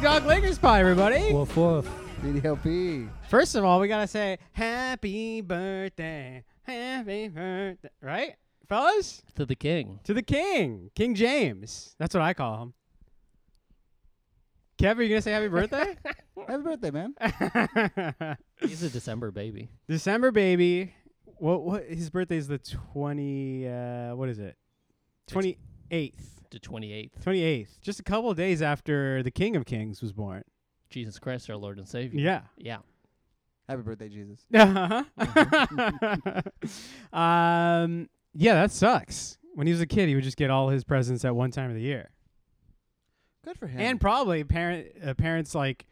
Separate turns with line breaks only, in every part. Dog Lakers Pod, everybody.
Woof woof.
BDLP.
First of all, we gotta say happy birthday, happy birthday, right, fellas?
To the king.
To the king, King James. That's what I call him. Kev, are you gonna say happy
Happy birthday, man.
birthday?
He's a December baby.
December baby. What? What? His birthday is the twenty. Uh, what is it? Twenty eighth.
The 28th.
Twenty eighth. Just a couple of days after the King of Kings was born.
Jesus Christ, our Lord and Savior.
Yeah.
Yeah.
Happy birthday, Jesus.
Uh-huh. um, yeah, that sucks. When he was a kid, he would just get all his presents at one time of the year,
Good for him.
and probably parent uh, parents like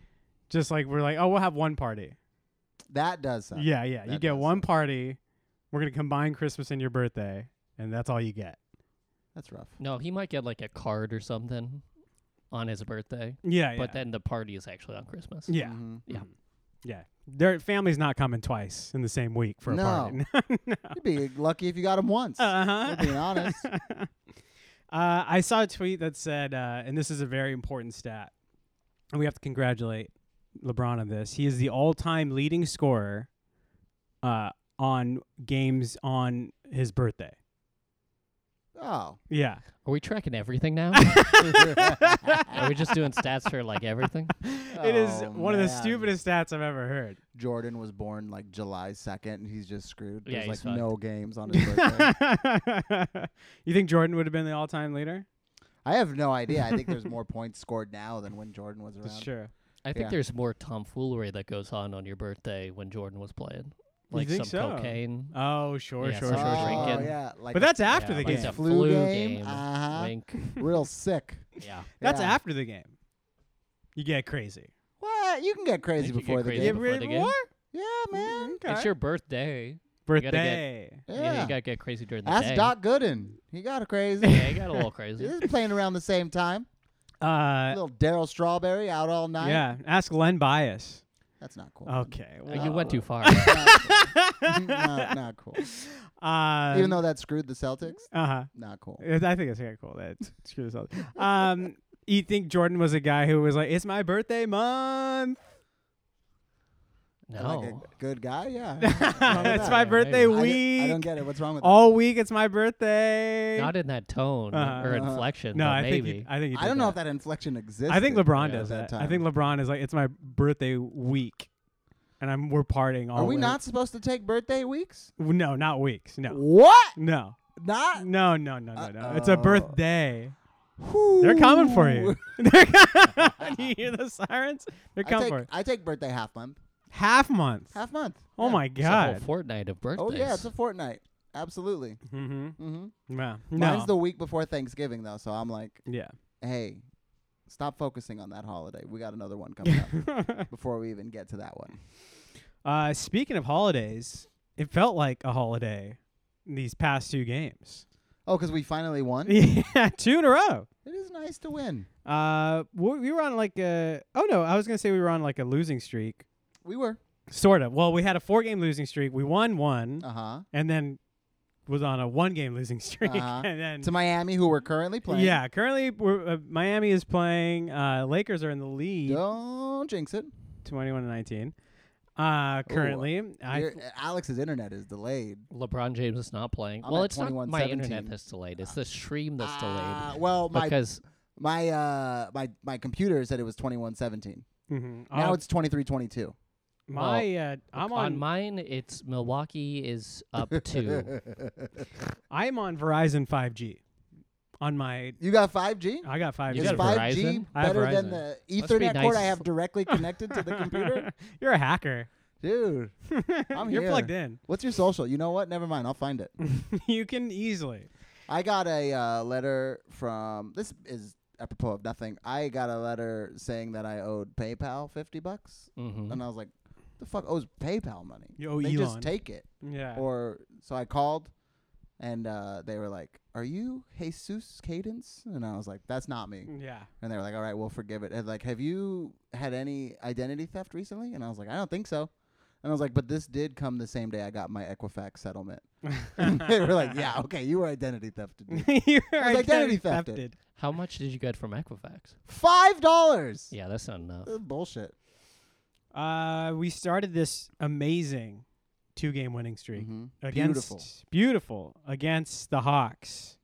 just like we're like, oh, we'll have one party.
that does suck.
yeah, yeah, you
That
get
does
one party. We're gonna combine Christmas and your birthday, and that's all you get.
That's rough.
No, he might get like a card or something on his birthday,
Oh, Yeah,
but then the party is actually on Christmas.
yeah,
Mhm.
Yeah.
yeah. Their family's not coming twice in the same week for a
No.
party.
You'd be lucky if you got him once.
Uh.
uh-huh.
We're being honest.
Uh, I saw a tweet that said, uh, and this is a very important stat, and we have to congratulate LeBron on this. He is the all-time leading scorer uh, on games on his birthday.
Oh.
Yeah,
Are we tracking everything now? Are we just doing stats for like everything?
it is
Oh,
one of the
man.
stupidest stats I've ever heard.
Jordan was born like July 2nd, and he's just screwed. There's
Yeah, he's
like
fucked.
no games on his birthday.
you think Jordan would have been the all-time leader?
I have no idea. I think there's more points scored now than when Jordan was around.
Sure.
I think
Yeah.
there's more tomfoolery that goes on on your birthday when Jordan was playing, like
think
some
so?
cocaine.
Oh, sure,
Yeah,
sure,
some
sure,
sort of
sure.
Oh,
drinking.
yeah. Like
But that's after
Yeah,
the
like
game.
a
Flu
flu
game,
game.
uh-huh.
Wink.
real sick.
Yeah.
That's
Yeah.
after the game. You get crazy.
What? You can get crazy
You can get
before the
crazy
game.
before the game.
Yeah, man.
Okay.
It's your birthday. gotta get-
birthday.
You know,
Yeah.
You gotta get crazy during the
Ask
day.
Doc Gooden. He got a crazy.
Yeah, you got a little crazy.
he was playing around the same time.
Uh,
Little Daryl Strawberry out all night.
yeah. Ask Len Bias.
That's not cool.
Okay.
Uh,
well,
you went too far.
not, not cool.
um,
Even though that screwed the Celtics,
Uh huh.
not cool.
I think it's kind of cool that screw this up. Um, you think Jordan was a guy who was like, "It's my birthday month.
no.
Like a good guy, yeah.
it's
that?
my
I
birthday
don't-
I,
week.
don't, I don't get it. What's wrong with
All week, it's my birthday."
Not in that tone
Uh-huh.
or
Uh-huh.
inflection.
no,
but
I think
maybe.
he, I think he
that?
did
I don't know if
that.
that inflection exists.
I think LeBron
Yeah.
does
at that
that. I think LeBron is like, "It's my birthday week," and I'm we're partying all.
Are we
week."
not supposed to take birthday weeks?
No, not weeks. No,
What?
no.
Not?
No, no, no, no, no. It's a
Uh-oh.
birthday. They're coming for you. They're co- Do you hear the sirens? They're
I
coming
take,
for you.
I take birthday half month.
Half month.
Half month.
oh
Yeah.
my
It's a whole
god.
fortnight of birthdays.
Oh yeah, it's a fortnight. Absolutely.
mm-hmm.
hmm
Yeah.
Mine's
No.
the week before Thanksgiving though, so I'm like,
yeah.
hey, stop focusing on that holiday. We got another one coming up before we even get to that one.
uh, speaking of holidays, it felt like a holiday in these past two games.
Oh, because we finally won.
yeah, two in a row.
It is nice to win.
Uh, we we were on like a. Oh no, I was gonna say we were on like a losing streak.
We were.
Sort of. Well, we had a four-game losing streak. We won one.
Uh huh.
and then was on a one game losing streak
Uh-huh.
and then
To Miami, who we're currently playing.
yeah currently we're, uh, miami is playing uh, lakers are in the lead
Don't jinx it.
21 to 19 uh, currently I,
Your- Alex's internet is delayed.
LeBron James is not playing.
I'm
well,
at
it's not my
21-17.
internet that's delayed. It's the stream that's
Ah,
delayed.
well, my
because
my uh my my computer said it was twenty one seventeen.
Mhm.
Now
Uh,
it's twenty three twenty two.
my uh, i'm
on,
on,
mine, it's Milwaukee is up to.
i'm on verizon 5g on my
You got five G.
i got 5g
You
Is
got
five G
Verizon?
I have
better than
Verizon.
the
Must be
Ethernet cord I
nice.
have directly connected to the computer?
you're a hacker
Dude, I'm
you're
here.
plugged in
what's your social? You know what? Never mind. I'll find it.
you can easily
I got a uh, letter from this is apropos of nothing. I got a letter saying that I owed PayPal fifty bucks,
Mhm.
and I was like, "The fuck owes PayPal money?
Mm-hmm. You owe
they
Elon."
just take it."
yeah
Or so I called, and uh, they were like, "Are you Jesus Cadence?" And I was like, "That's not me."
yeah
And they were like, "All right, we'll forgive it." And like, have you had any identity theft recently? And I was like, "I don't think so." And I was like, "But this did come the same day I got my Equifax settlement." And they were like, "Yeah, okay, you were identity thefted.
You're
was identity thefted.
thefted.
How much did you get from Equifax?
Five dollars.
Yeah, that's not enough.
This is bullshit.
Uh, we started this amazing two-game winning streak
Mhm.
against
Beautiful.
beautiful against the Hawks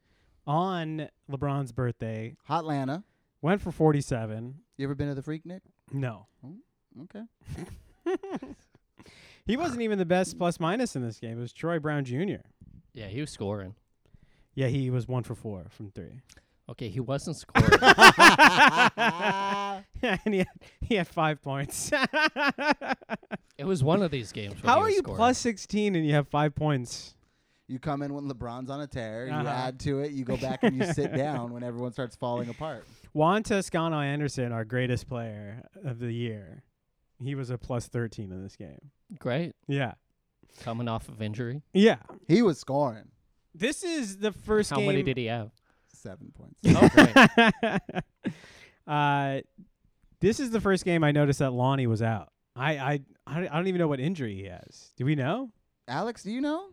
on LeBron's birthday.
Hot Lana.
Went for 47.
You ever been to the Freak Nick?
No,
Oh, Okay.
he wasn't even the best plus minus in this game. It was Troy Brown Jr.
Yeah, he was scoring.
Yeah, he was one for four from three,
Okay, he wasn't scoring.
and he had, he had five points.
it was one of these games. Where
How
he
are
was
you
scoring.
plus 16 and you have five points?
You come in when LeBron's on a tear.
Uh-huh.
You add to it. You go back and you sit down when everyone starts falling apart.
Juan Toscano Anderson, our greatest player of the year, he was a plus 13 in this game.
Great,
Yeah.
coming off of injury.
Yeah.
He was scoring
This is the first
How
game.
many did he have?
seven points.
Oh, great.
uh, this is the first game I noticed that Lonnie was out. I, I, I don't- I don't even know what injury he has. Do we know?
Alex, do you know?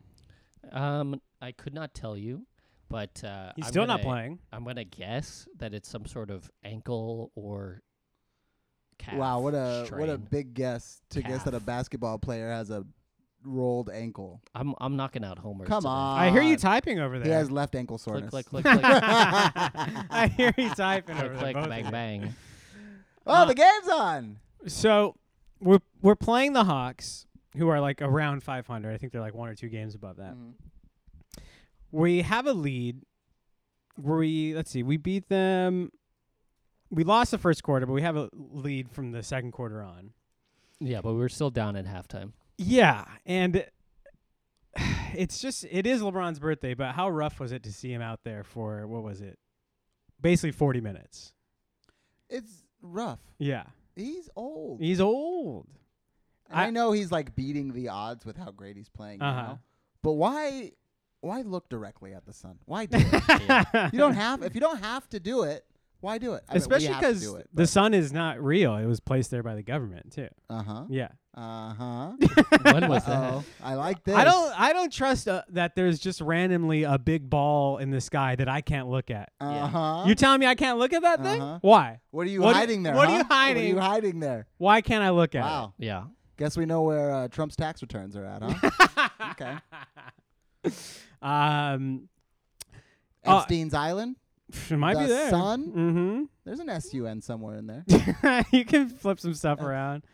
um, I could not tell you, but uh,
He's
I'm
still not
gonna-
playing.
I'm gonna guess that it's some sort of ankle or calf.
wow, what a what a
strain.
big guess to guess that a
Calf.
basketball player has a rolled ankle.
I'm I'm knocking out homers.
Come
today.
on,
I hear you typing over
He
there.
has left ankle
Click
soreness.
click click click
I hear you typing over
click click
there. both of
bang
you.
bang.
Oh, the game's on.
So we're we're playing the Hawks, who are like around 500. I think they're like one or two games above that.
Mhm.
We have a lead. We let's see. We beat them. We lost the first quarter, but we have a lead from the second quarter on.
Yeah, but we were still down at halftime.
Yeah, and it's just it is LeBron's birthday, but how rough was it to see him out there for what was it? Basically 40 minutes.
It's rough.
Yeah.
He's old.
He's old.
And I,
I-
know he's like beating the odds with how great he's playing
Uh-huh.
now. But why why look directly at the sun? Why do it? you don't have if you don't have to do it, why do it? I mean, we
Especially
have to
because
do it,
the sun is not real. It was placed there by the government too.
uh huh
Yeah,
uh huh.
when was that?
Oh, I like this.
I don't. I don't trust uh, that. There's just randomly a big ball in the sky that I can't look at.
Uh huh.
You telling me I can't look at that thing?
Uh-huh.
Why?
What are you
What are-
hiding there?
what are
huh?
you
What are
hiding?
you hiding there?
Why can't I look at it?
Wow.
Yeah.
Guess we know where uh, Trump's tax returns are at, huh? okay.
Um, Uh,
Epstein's Island.
it might be
The
there.
sun? There's an sun somewhere in there.
Mm-hmm. you can flip some stuff around.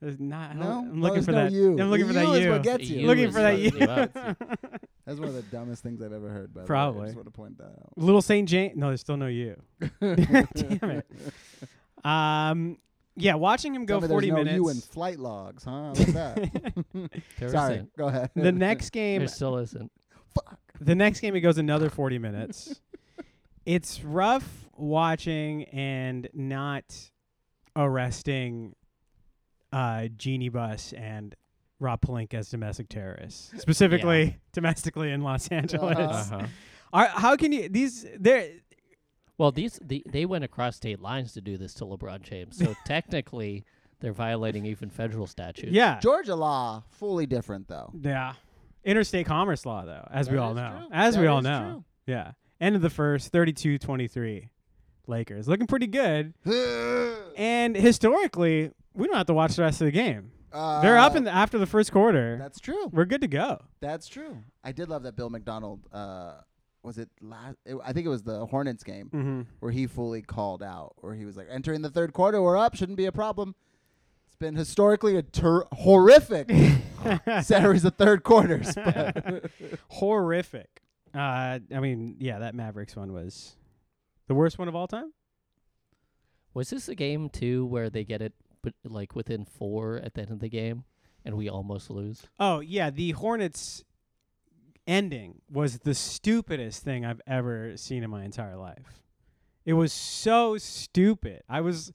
There's not. I don't-
Uh, No,
I'm
No,
looking
there's
for
no
that.
You.
I'm looking
The
for that
you. Is
you.
what gets you.
You
Looking
is
for that
what
you.
gets
That's one of the dumbest things I've ever heard. By the way. I
Probably.
just want to point that out.
Little Saint Jane. No, there's still no you. Damn it. Um, yeah, watching him
Tell
go
me there's
40
no
minutes.
You in flight logs, huh? What's that?
There
Sorry.
isn't.
Go ahead.
the next
There
game,
still isn't.
Fuck.
the next game, it goes another 40 minutes. it's rough watching and not arresting uh, Jeannie Bus and Rob Palinka as domestic terrorists, specifically domestically in Los Angeles.
Uh-huh.
Uh-huh.
Are, how can you these? There,
Well, these the, they went across state lines to do this to LeBron James, so technically they're violating even federal statutes.
yeah,
Georgia law, fully different though.
yeah. Interstate commerce law, though, as we
That
all
is
know,
true.
as we
That
all
is
know.
true.
Yeah. End of the first, 32 23. Lakers. Looking pretty good.
Uh,
And historically, we don't have to watch the rest of the game.
Uh,
They're up in the, after the first quarter.
That's true.
We're good to go.
That's true. I did love that Bill McDonald. Uh, was it last? It, I think it was the Hornets game
Mm-hmm.
where he fully called out, where he was like, "Entering the third quarter, we're up. Shouldn't be a problem." It's been historically a ter- horrific series of third quarters. But
Horrific. Uh, I mean, yeah, that Mavericks one was the worst one of all time.
Was this a game too where they get it but like within four at the end of the game and we almost lose?
Oh, yeah. The Hornets ending was the stupidest thing I've ever seen in my entire life. It was so stupid. I was.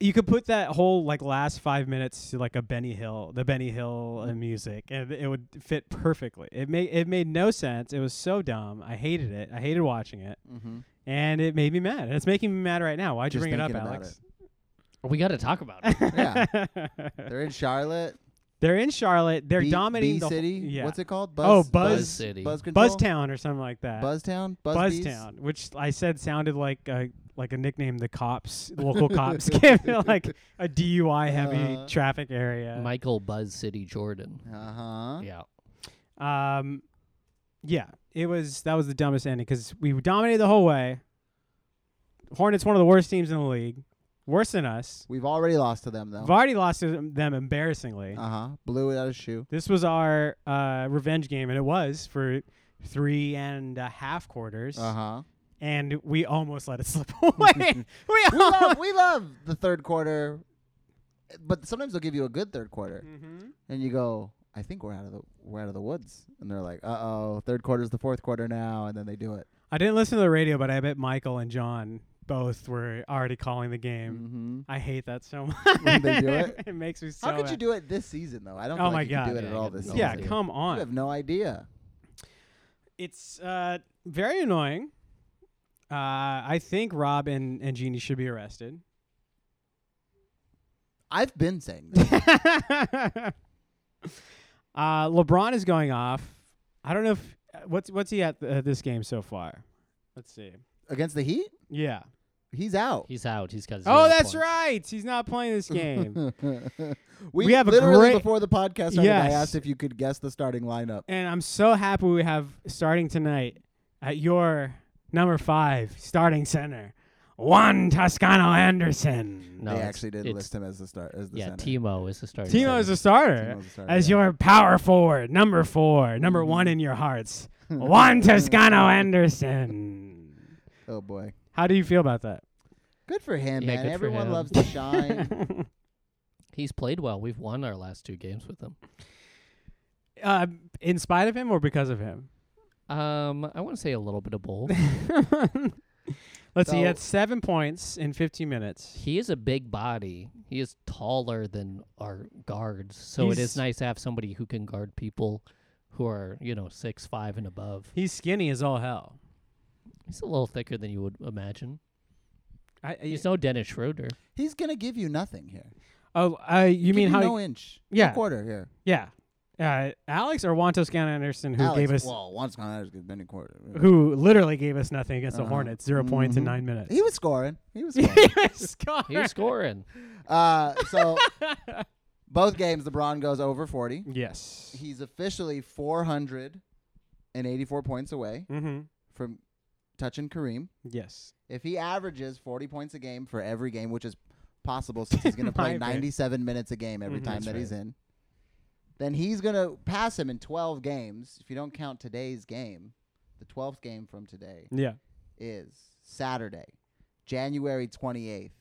You could put that whole like last five minutes to like a Benny Hill, the Benny Hill uh, music, and it would fit perfectly. It made it made no sense. It was so dumb. I hated it. I hated watching it,
Mhm.
and it made me mad. And it's making me mad right now. Why'd you
Just
bring it up,
thinking about
Alex?
We got to talk about it.
yeah, they're in Charlotte.
They're in Charlotte. They're
B-
dominating
B
the whole-
City.
yeah.
What's it called?
Oh, Buzz-
Buzz City.
Buzz Control?
Buzztown or something like that.
Buzztown. Buzz Bees?
Buzztown, which I said sounded like a like a nickname the cops, local cops give it, like a DUI heavy
Uh,
traffic area.
Michael Buzz City Jordan.
Uh huh.
Yeah.
Um, yeah, it was that was the dumbest ending because we dominated the whole way. Hornets, one of the worst teams in the league, worse than us.
We've already lost to them though.
We've already lost to them them embarrassingly.
uh huh. Blew it out of shoe.
This was our uh, revenge game, and it was for three and a half quarters,
Uh huh.
and we almost let it slip away. we
we love we love the third quarter, but sometimes they'll give you a good third quarter,
hmm
and you go, I think we're out of the we're out of the woods, and they're like, uh oh, third quarter's the fourth quarter now, and then they do it.
I didn't listen to the radio, but I bet Michael and John both were already calling the game.
Mm-hmm.
I hate that so much.
When they do it?
it makes me so.
How could you
mad.
do it this season though? I don't.
Oh
feel like
my
you
God.
could do it
Yeah,
at
I
all
get
this
no
season.
Yeah,
idea.
come
You have
on.
no idea.
It's uh, very annoying. Uh, I think Rob and, and Jeannie should be arrested.
I've been saying that.
uh, LeBron is going off. I don't know if uh, what's what's he at uh, this game so far. Let's see.
against the Heat.
Yeah.
He's out.
He's out. He's got. zero
Oh, that's
points.
right. He's not playing this game.
we,
We have a
literally
great-
before the podcast started. I
Yes.
asked if you could guess the starting lineup.
And I'm so happy we have starting tonight at your number five starting center, Juan Toscano Anderson.
No,
they
it's-
actually did
it's-
list him as the start as the
Yeah,
center.
Timo is the starting.
Timo is
center.
a starter Mm-hmm.
Timo's the starter,
as
yeah.
your power forward, number four, number one in your hearts, Juan Toscano Anderson.
Oh boy,
How do you feel about that?
good for him, man.
Yeah, good for
Everyone
him.
loves to shine.
He's played well. We've won our last two games with him.
Uh, in spite of him or because of him?
Um, I want to say a little bit of both.
Let's see. He
So-
had seven points in 15 minutes.
he is a big body. He is taller than our guards, so it
He's-
is nice to have somebody who can guard people who are you know six five and above.
He's skinny as all hell.
He's a little thicker than you would imagine.
I, I,
He's no Dennis Schroeder.
He's gonna give you nothing here.
oh, uh, you
Give
mean how?
no inch? no
Yeah.
quarter here.
Yeah. Uh, Alex or Juan Toscano Anderson, who
Alex,
gave us,
well, once gone out has been a quarter.
who literally gave us nothing against the
Uh-huh.
Hornets, 0 points in
Mhm.
nine minutes.
He was scoring. He was
He
scoring.
was scoring.
He's scoring.
uh, so both games, LeBron goes over forty.
Yes.
He's officially four hundred and eighty-four points away
mm-hmm.
from touching Kareem.
Yes.
If he averages 40 points a game for every game, which is possible since he's going to play
Might be.
97 minutes a game every
Mhm.
time
That's
that he's in, then he's going to pass him in 12 games. If you don't count today's game, the 12th game from today
Yeah.
is Saturday, January 28th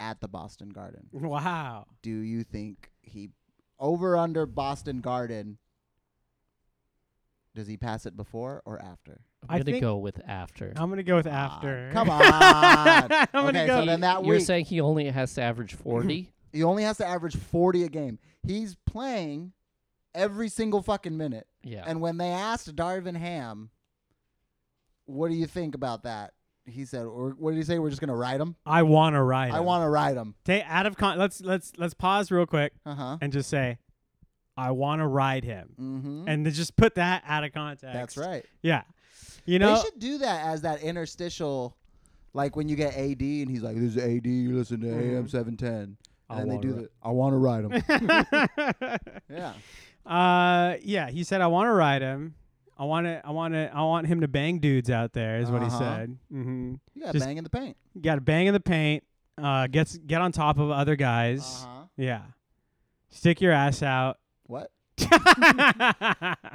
at the Boston Garden.
Wow.
Do you think he over under Boston Garden? Does he pass it before or after?
I
I'm gonna
think-
go with after.
I'm gonna go with
Ah,
after.
come on.
I'm gonna
Okay,
go.
so then that
You're
week-
saying he only has to average forty?
He only has to average 40 a game. He's playing every single fucking minute.
yeah.
And when they asked Darvin Ham, what do you think about that? He said, or what did he say? We're just going to ride him?
I want to ride.
I want to ride him.
to take out of con. Let's let's let's pause real quick
Uh huh.
and just say, I want to ride him,
Mm-hmm.
and to just put that out of context.
That's right.
Yeah. You know.
they should do that as that interstitial, like when you get AD and he's like, this is AD, you listen to AM 710.
Mm-hmm. I
And then they
wanna
do
ri-
the, I want to ride him. yeah.
Uh, yeah, he said I want to ride him. I want to, I want to, I want him to bang dudes out there. Is what he
Uh-huh.
said. Mm-hmm.
You got to
Just-
bang in the paint.
Got to bang in the paint. Uh, gets get on top of other guys.
Uh-huh.
Yeah, stick your ass out.
What?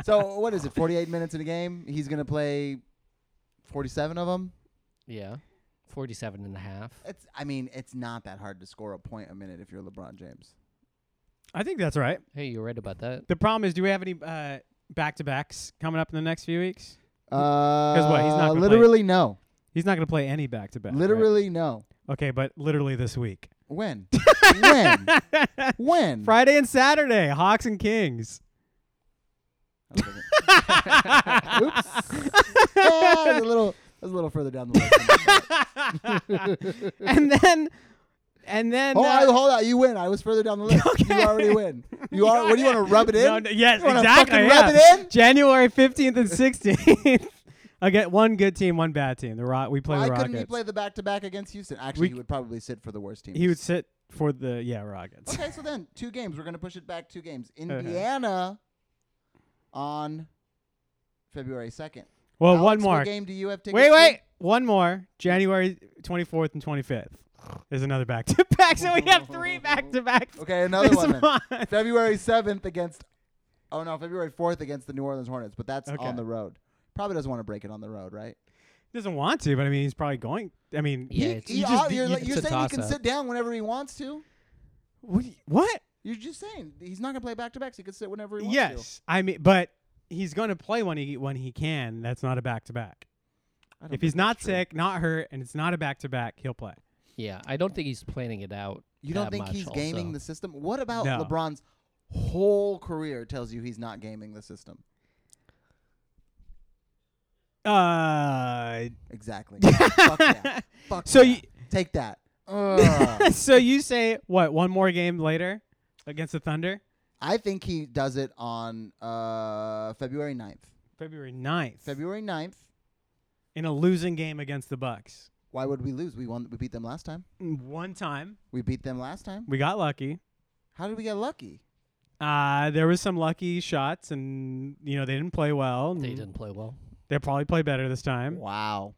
So what is it? 48 minutes in a game. He's going to play 47 of them.
yeah. Forty-seven and a half.
It's. I mean, it's not that hard to score a point a minute if you're LeBron James.
I think that's right.
Hey, you're right about that.
The problem is, do we have any uh back to backs coming up in the next few weeks?
Because
what? He's not gonna play-
literally no.
He's not going to play any back to back.
Literally no.
Okay, but literally this week,
When? when? When?
Friday and Saturday, Hawks and Kings.
Oops. Ah, that's a little. That's a little further down the list.
and then and then
Hold,
uh,
on, hold on, you win. Oh, I was further down the list.
Okay.
You already win. You are. What do you want to rub it in?
No, no, yes,
You wanna
exactly.
fucking
yeah.
rub it in?
January fifteenth and sixteenth. I get one good team, one bad team. The Rock. We play
Why
the
couldn't
Rockets.
he play the back to back against Houston? Actually,
We
he
c-
would probably sit for the worst team.
he would sit for the yeah Rockets.
Okay, so then two games. We're gonna push it back two games.
Okay.
Indiana on February second.
Well,
Alex,
one
what
more.
game. Do you have tickets?
Wait,
to?
wait, one more. January twenty fourth and twenty fifth. There's another back to back, so we have three back to backs.
Okay, another one. Then. February seventh against. Oh no, February fourth against the New Orleans Hornets, but that's
Okay.
on the road. Probably doesn't want to break it on the road, right?
Doesn't want to, but I mean, he's probably going. I mean,
Yeah,
He-
it's-
he-
you
just-
you're
you-
like- you're
it's a
saying he can
toss-up.
sit down whenever he wants to.
what? do you- what?
You're just saying he's not gonna play back to backs. He can sit whenever he wants to.
Yes, I mean, but he's going to play when he when he can. That's not a back to back.
I don't
If
think
he's
that's
not
true.
sick, not hurt, and it's not a back to back, he'll play.
Yeah, I don't think he's planning it out.
you don't
that
think
much
he's gaming
also.
the system? What about
No.
LeBron's whole career tells you he's not gaming the system?
Uh,
Exactly. Fuck that. Fuck
so
that.
you
take that. Ugh.
so you say what? One more game later against the Thunder,
I think he does it on uh, February 9th.
February 9th.
February 9th.
in a losing game against the Bucks.
Why would we lose? We won. We beat them last time.
One time
We beat them last time.
we got lucky.
How did we get lucky?
Uh, there was some lucky shots, and you know they didn't play well.
They
Hmm.
and
didn't play well.
They'll probably play better this time.
Wow.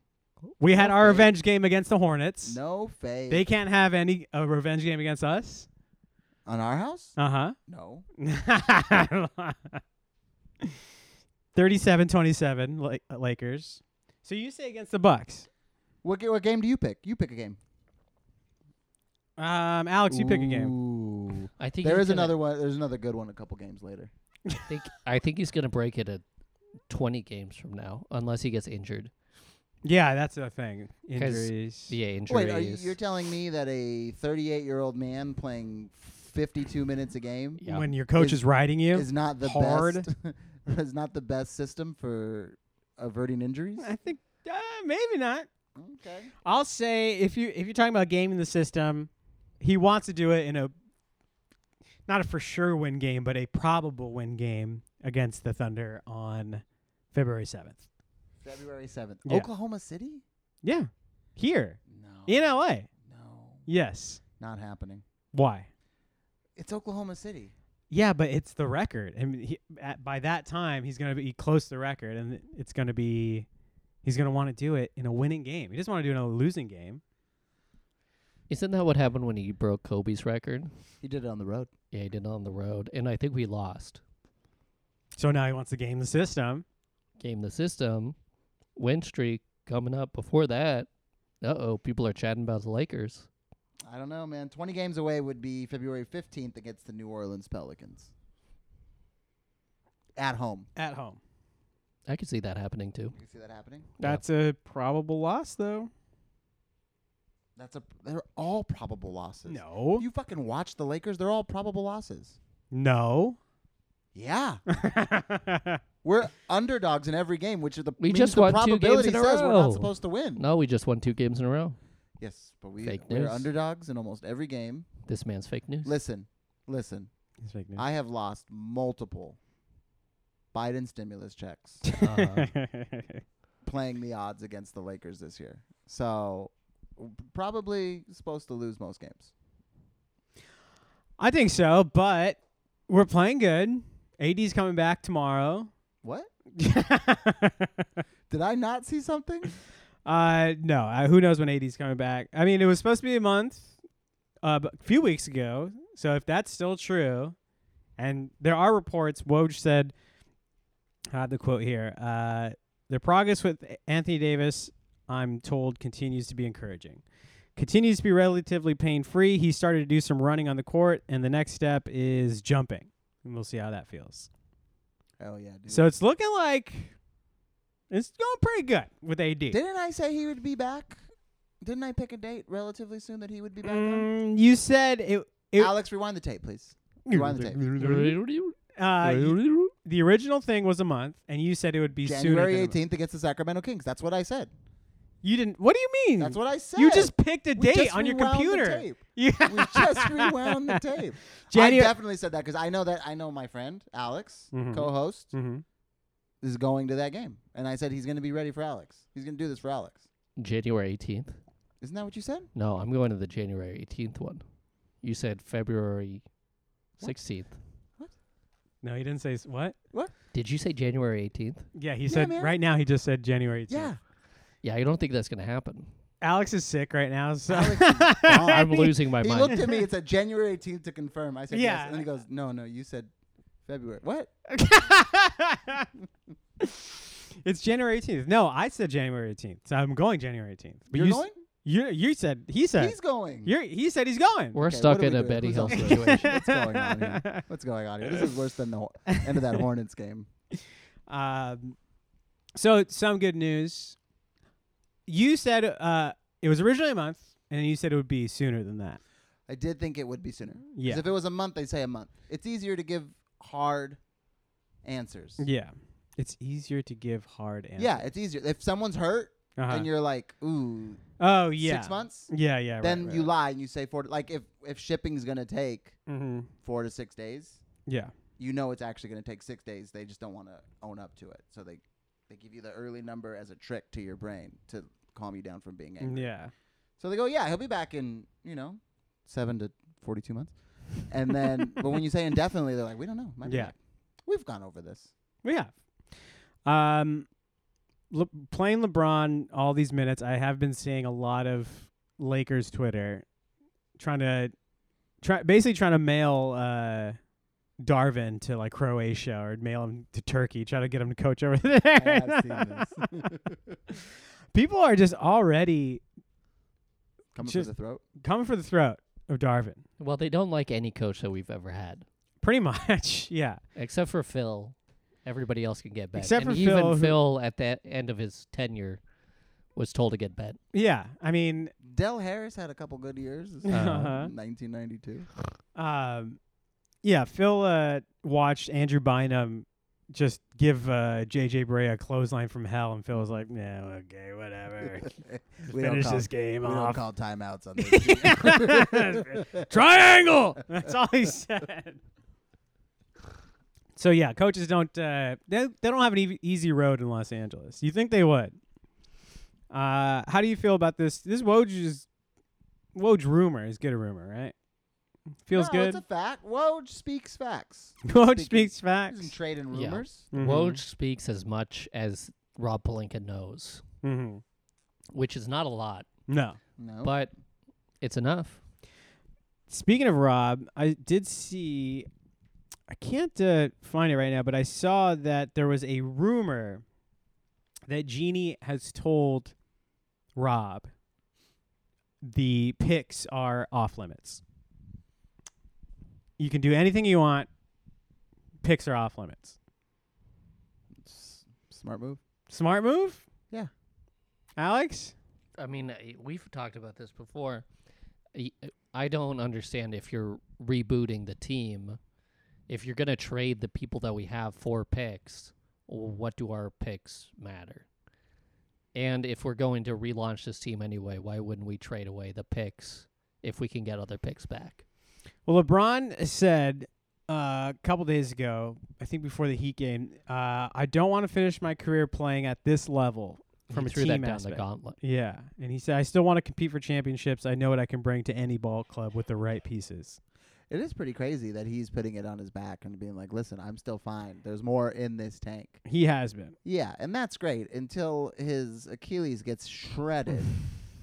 We had
No
our
fake.
revenge game against the Hornets.
No fade.
They can't have any a revenge game against us.
on our house?
Uh
No.
huh. 37-27 Lak- Lakers. So you say against the Bucks.
What, ga- what game do you pick? You pick a game.
Um, Alex, you pick a game.
Ooh.
I think
There
he's
is
gonna-
another one. There's another good one. A couple games later.
I think I think he's gonna break it at twenty games from now, unless he gets injured.
Yeah, that's the thing.
'Cause
Injuries.
Yeah, injuries.
Wait, are you, you're telling me that a 38 year old man playing 52 minutes a game
yeah.
When your coach is,
Is-
riding you,
is not the
Hard.
best? is not the best system for averting injuries?
I think uh, maybe not.
Okay.
I'll say if you if you're talking about gaming the system, he wants to do it in a not a for sure win game, but a probable win game against the Thunder on February seventh.
February 7th.
Yeah.
Oklahoma City?
Yeah, here
No.
in L.A.
No.
Yes.
Not happening.
Why?
It's Oklahoma City.
Yeah, but it's the record, and he, at, by that time he's gonna be close to the record, and it's gonna be he's gonna want to do it in a winning game. He doesn't want to do it in a losing game.
Isn't that what happened when he broke Kobe's record?
He did it on the road.
Yeah, he did it on the road, and I think we lost.
So now he wants to game the system.
Game the system, win streak coming up. Before that, uh oh, people are chatting about the Lakers.
I don't know, man. 20 games away would be February 15th against the New Orleans Pelicans. At home.
at home.
I could see that happening too.
You see that happening?
Yeah.
That's a probable loss, though.
That's a they're all probable losses.
No,
You fucking watch the Lakers, they're all probable losses.
no.
Yeah. We're underdogs in every game, which is the
We
means
just
the
won two games
probability
in a
says we're
row.
not supposed to win.
No, we just won two games in a row.
Yes, but we
Fake
we're
news.
underdogs in almost every game.
This man's fake news.
Listen, listen. I have lost multiple Biden stimulus checks
Uh-huh.
Uh,
playing the odds against the Lakers this year. So w- probably supposed to lose most games.
I think so, but we're playing good. AD's coming back tomorrow.
What? Did I not see something?
uh, no, uh, who knows when AD's coming back? I mean, it was supposed to be a month, uh, but a few weeks ago. So if that's still true, and there are reports, Woj said, I have the quote here. Uh, the progress with Anthony Davis, I'm told, continues to be encouraging. Continues to be relatively pain free. He started to do some running on the court, and the next step is jumping. And we'll see how that feels.
oh yeah, dude.
So it's looking like it's going pretty good with AD.
didn't I say he would be back? Didn't I pick a date relatively soon that he would be back? on?
Mm, you said it. it-
Alex, rewind the tape, please. rewind the tape.
Uh, y- the original thing was a month, and you said it would be sooner.
January
than a month.
18th against the Sacramento Kings. That's what I said.
You didn't. What do you mean?
That's what I said.
you just picked a
We
date
just
on your
rewound the
computer.
tape.
Yeah.
we just rewound the tape.
Janu-
I definitely said that because I know that I know my friend Alex,
Mhm.
co-host,
mm-hmm.
is going to that game, and I said he's going to be ready for Alex. He's going to do this for Alex.
January 18th.
Isn't that what you said?
No, I'm going to the January 18th one. You said February
What?
16th.
No, he didn't say s- what.
Did you say January 18th?
Yeah, he
Yeah,
said.
man.
Right now, he just said January. 18th.
Yeah.
Yeah, I don't think that's going to happen.
Alex is sick right now, so
Alex is gone.
I'm losing my
he
mind.
looked at me. It said January 18th to confirm. I said
Yeah.
yes, and he goes, "No, no, you said February. What?
it's January 18th. No, I said January 18th. So I'm going January 18th.
You're
you s-
going?
You you said he said
He's going.
you're, he said he's going.
We're
Okay,
stuck
what are
in
we
a
doing?
Betty
Who's
Hill
on first? What's
situation.
going on here? What's going on here? This is worse than the ho- end of that Hornets game.
Um, so some good news. You said uh, it was originally a month, and you said it would be sooner than that.
I did think it would be sooner. 'Cause
Yeah.
If it was a month, I'd say a month. It's easier to give hard answers.
Yeah, it's easier to give hard answers.
Yeah, it's easier. If someone's hurt
Uh-huh.
and you're like, ooh,
oh yeah.
six months,
Yeah, yeah. right,
then
right,
you
right.
lie and you say four. To, like if if shipping's gonna take
Mm-hmm.
four to six days,
Yeah.
you know it's actually gonna take six days. They just don't want to own up to it, so they they give you the early number as a trick to your brain to calm you down from being angry.
Yeah.
So they go, yeah, he'll be back in you know seven to forty two months, and then but when you say indefinitely, they're like, we don't know. Might be
Yeah.
back. we've gone over this.
We have. Um, Le- playing LeBron all these minutes, I have been seeing a lot of Lakers Twitter trying to try basically trying to mail uh Darvin to like Croatia or mail him to Turkey, try to get him to coach over there.
have Oh, seen
People are just already
Coming
Just-
for the throat.
coming for the throat of Darvin.
Well, they don't like any coach that we've ever had,
Pretty much, yeah.
except for Phil. Everybody else can get bet.
Except
and
for
even
Phil, who-
Phil, at the end of his tenure, was told to get bet.
Yeah. I mean,
Dell Harris had a couple good years. This is uh,
Uh-huh.
1992.
Um, yeah, Phil uh, watched Andrew Bynum just give uh, JJ Barea a clothesline from hell, and Phil was like, "No, okay, whatever. Just
We don't
finish
call-
this game
we don't
off."
call timeouts on this. team.
Triangle. That's all he said. So yeah, coaches don't uh, they, they don't have an e- easy road in Los Angeles. You think they would? Uh, how do you feel about this? This Woj is Woj rumor is good a rumor, right? Feels
no,
good.
It's a fact. Woj speaks facts.
Woj
speaking-
speaks
He doesn't
facts.
trade in
Yeah.
rumors.
Mhm.
Woj speaks as much as Rob Palinka knows,
Mm-hmm.
which is not a lot,
No.
No.
but it's enough.
Speaking of Rob, I did see. I can't uh, find it right now, but I saw that there was a rumor that Jeannie has told Rob the picks are off limits. You can do anything you want. Picks are off limits.
S- smart move.
Smart move.
Yeah.
Alex.
I mean, I- we've talked about this before. I- I don't understand if you're rebooting the team, if you're going to trade the people that we have for picks, what do our picks matter? And if we're going to relaunch this team anyway, why wouldn't we trade away the picks if we can get other picks back?
Well, LeBron said uh, a couple days ago, I think before the Heat game, uh, I don't want to finish my career playing at this level from
he
a
threw
team
that down
aspect.
the gauntlet.
yeah, and he said, I still want to compete for championships. I know what I can bring to any ball club with the right pieces.
It is pretty crazy that he's putting it on his back and being like, "Listen, I'm still fine. There's more in this tank."
He has been.
Yeah, and that's great until his Achilles gets shredded,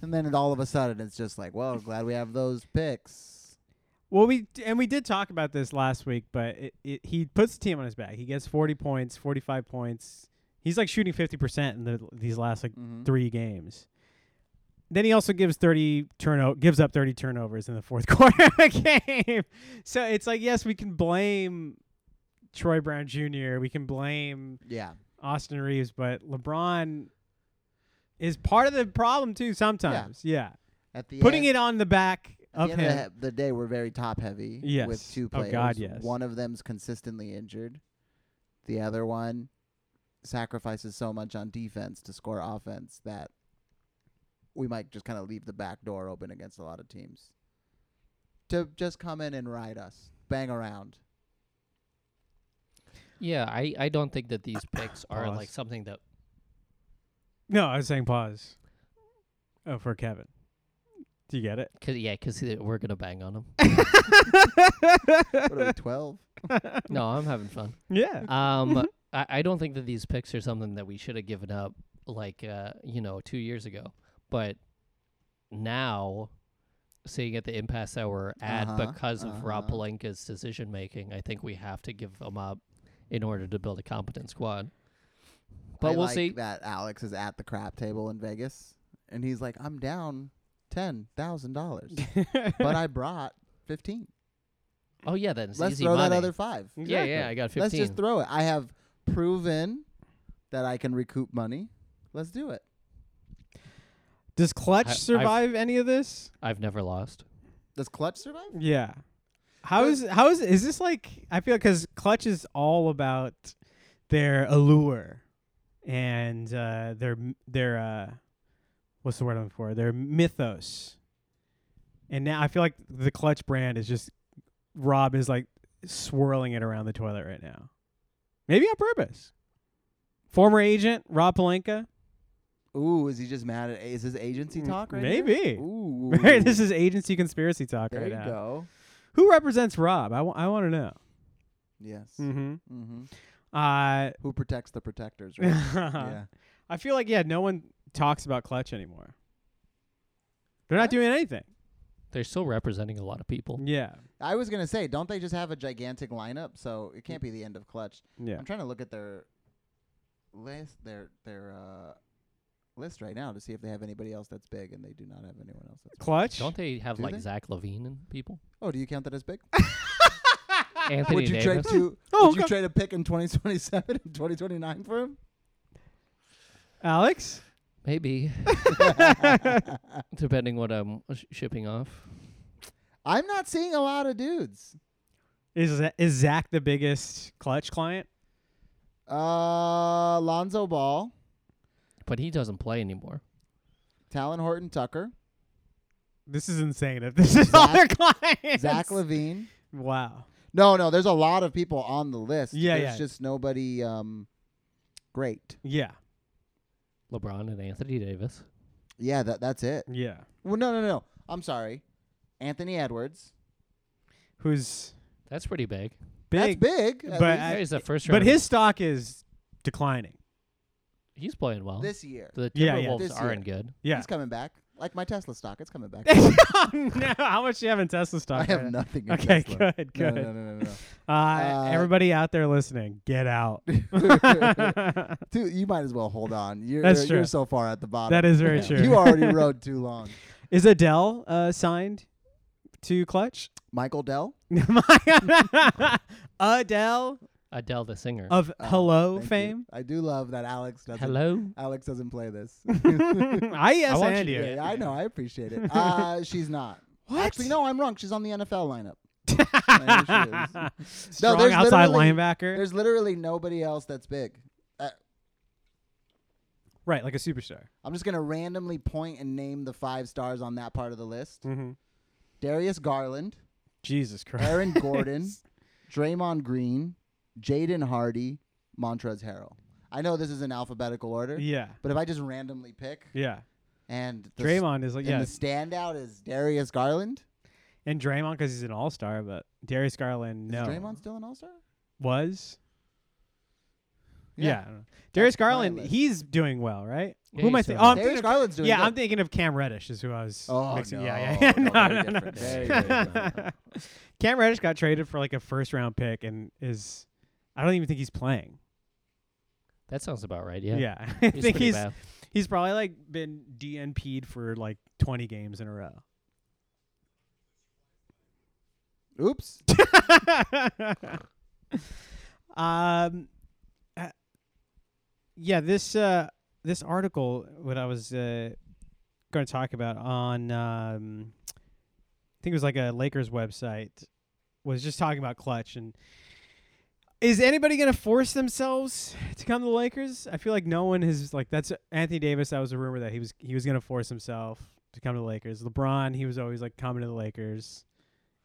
and then it, all of a sudden it's just like, "Well, glad we have those picks."
Well, we and we did talk about this last week, but it, it, he puts the team on his back. He gets 40 points, 45 points. He's like shooting 50% in the, these last like
Mhm.
three games. Then he also gives thirty turno gives up thirty turnovers in the fourth quarter of a game. So it's like yes, we can blame Troy Brown Jr. We can blame
Yeah.
Austin Reeves, but LeBron is part of the problem too. Sometimes, yeah,
At the
putting it
end,
on the back
At
of
the
him.
end of the, he- the day, we're very top heavy
Yes.
with two
Oh,
players.
God, yes.
One of them's consistently injured. The other one sacrifices so much on defense to score offense that we might just kind of leave the back door open against a lot of teams to just come in and ride us, bang around.
Yeah, I, I don't think that these picks are
Pause.
like something that
No, I was saying pause. Oh, for Kevin. Do you get it?
cause yeah, cause he- we're gonna bang on them.
What are we, 12?
no, I'm having fun.
Yeah.
Mm-hmm.
Um, I, I don't think that these picks are something that we should have given up like uh you know two years ago, but now seeing at the impasse that we're at
Uh-huh,
because of Rob
uh-huh.
Palenka's decision making, I think we have to give them up in order to build a competent squad. But
I
we'll
like
see.
that Alex is at the crap table in Vegas and he's like, I'm down $10,000, but I brought 15.
Oh yeah, that's
Let's
easy
throw
money.
that other five.
yeah, yeah, I got 15
Let's just throw it. I have proven that I can recoup money. Let's do it.
Does Clutch
I- I've-
survive any of this?
I've never lost.
Does Clutch survive?
Yeah. How
But-
is how is is this like? I feel because Clutch is all about their allure and uh, their m- their uh, what's the word I'm looking for? Their mythos. And now I feel like the Clutch brand is just Rob is like swirling it around the toilet right now. Maybe on purpose. Former agent Rob Palenka.
Ooh, is he just mad at? Is his agency talk right? here?
Mm, Maybe.
Ooh,
this is agency conspiracy talk
there
right
you
now.
go.
Who represents Rob? I want to know.
Yes.
Mm-hmm.
hmm
Uh,
Who protects the protectors? Right?
Uh-huh.
yeah.
I feel like yeah, no one talks about Clutch anymore. They're not
What?
doing anything.
They're still representing a lot of people.
Yeah,
I was gonna say, don't they just have a gigantic lineup? So it can't be the end of Clutch.
yeah.
I'm trying to look at their list, their their uh, list right now to see if they have anybody else that's big, and they do not have anyone else. That's big.
Clutch.
Don't they have
Mm. Do
like
they?
Zach Levine and people?
Oh, do you count that as big?
Anthony
would you trade
Davis.
two?
Oh,
would you
go-
trade a pick in 2027 and 2029 for him?
Alex.
Maybe, depending what I'm sh- shipping off.
I'm not seeing a lot of dudes.
Is Za- is Zach the biggest Clutch client?
Uh, Lonzo Ball,
But he doesn't play anymore.
Talon Horton Tucker,
This is insane. If this is all their clients.
Zach Levine.
Wow.
No, no, there's a lot of people on the list.
Yeah,
there's
yeah.
just nobody um, great.
Yeah.
LeBron and Anthony Davis.
Yeah, that that's it.
Yeah.
Well, no, no, no. I'm sorry, Anthony Edwards.
Who's
That's pretty big.
big?
That's big. at
but
least
I-
He's the first round.
Uh, but his stock is declining.
he's playing well.
this year
the Timberwolves
Yeah, yeah.
This year.
aren't good.
Yeah.
he's coming back. Like my Tesla stock, it's coming back.
oh, no. How much do you have in Tesla stock?
I
right
have
now?
nothing. in
Okay,
Tesla.
good,
No,
good.
no, no, no, no,
Uh,
Uh,
everybody out there listening, get out.
no.
that
Dude, you might as well hold on. You're
That's
you're, you're
true.
so far at the bottom.
is very true.
You already rode too long.
Is Adele uh, signed to Clutch?
Michael Dell.
Adele
Adele, the singer.
of
Oh,
Hello
thank you.
fame.
I do love that Alex doesn't.
Hello.
Alex doesn't play this.
I yes
want you
and
to
you.
get-
Yeah, I know. I appreciate it. Uh, she's not.
What?
Actually, no, I'm wrong. She's on the NFL lineup.
Strong
there's
outside
literally-
linebacker.
There's literally nobody else that's big.
Right, like a superstar.
I'm just gonna randomly point and name the five stars on that part of the list:
Mm-hmm.
Darius Garland,
Jesus Christ.
Aaron Gordon, Draymond Green, Jaden Hardy, Montrez Harrell. I know this is in alphabetical order,
Yeah.
but if I just randomly pick
Yeah.
and the, s-
Draymond is like
and
yeah,
the standout is Darius Garland.
and Draymond because he's an all star, but Darius Garland
Is
no
Draymond still an All Star?
was.
Yeah.
Yeah. I don't know. Darius
my
Garland,
list.
he's doing well, right?
Yeah,
who am
he's
I thinking?
doing
Oh, I'm
well.
Darius
thinking of,
Garland's doing
yeah,
good.
I'm thinking of Cam Reddish is who I was
Oh,
mixing. Yeah,
no.
yeah, yeah.
No,
no, no,
very
no.
different. Very, very different.
Cam Reddish got traded for like a first round pick and is I don't even think he's playing.
That sounds about right.
Yeah.
Yeah.
I
He's
think
pretty
he's
bad.
he's probably like been DNP'd for like 20 games in a row.
Oops.
um, uh, yeah, this uh, this article what I was uh, going to talk about on um, I think it was like a Lakers website was just talking about clutch and Is anybody going to force themselves to come to the Lakers? I feel like no one has like that's Anthony Davis. That was a rumor that he was he was going to force himself to come to the Lakers. LeBron, he was always like coming to the Lakers.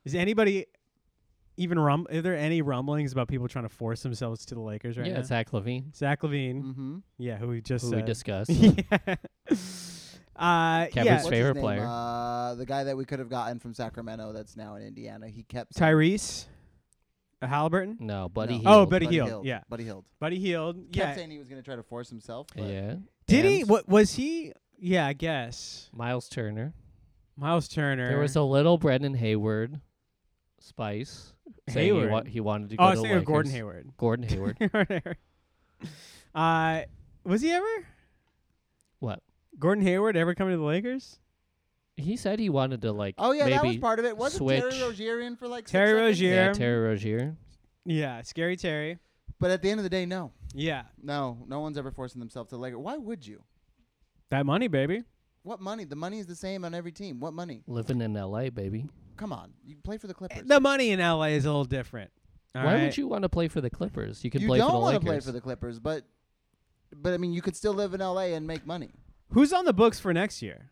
Is anybody even rum? Are there any rumblings about people trying to force themselves to the Lakers right
yeah,
now?
Zach Levine,
Zach Levine,
Mm-hmm.
yeah, who we just
who we
said.
discussed.
yeah. Uh,
Kevin
yeah.
His Smith. favorite player.
Uh, the guy that we could have gotten from Sacramento that's now in Indiana. He kept
Tyrese uh, Halliburton.
No, Buddy
No.
Hield.
Oh, Buddy Hield, yeah.
Buddy Hield.
Buddy Healed.
Kept
Yeah.
saying he was going to try to force himself. But
Yeah.
Did he?
And
What was he? Yeah, I guess.
Miles Turner.
Miles Turner.
There was a little Brendan Hayward spice. saying He, wa-
Hayward.
he wanted to go
Oh, I
to
was
the
thinking of Gordon
Lakers.
Hayward.
Gordon Hayward.
uh, was he ever?
What?
Gordon Hayward ever coming to the Lakers?
he said he wanted to like.
Oh yeah,
maybe
that was part of it. Wasn't Terry
switch.
Rozier in for like six
Terry
seconds?
Rozier.
Yeah,
Here.
Terry Rozier.
Yeah, Scary Terry.
But at the end of the day, no,
Yeah,
no, no one's ever forcing themselves to the Lakers. Why would you?
that money, baby.
What money? The money is the same on every team. What money?
Living in L.A., baby.
Come on, you play
Eh,
for the Clippers.
The money in LA is a little different. All
Why
right?
would you want to play for the Clippers? You could
you
play for
don't
the
want
Lakers.
to play for the Clippers, but but I mean, you could still live in LA and make money.
Who's on the books for next year?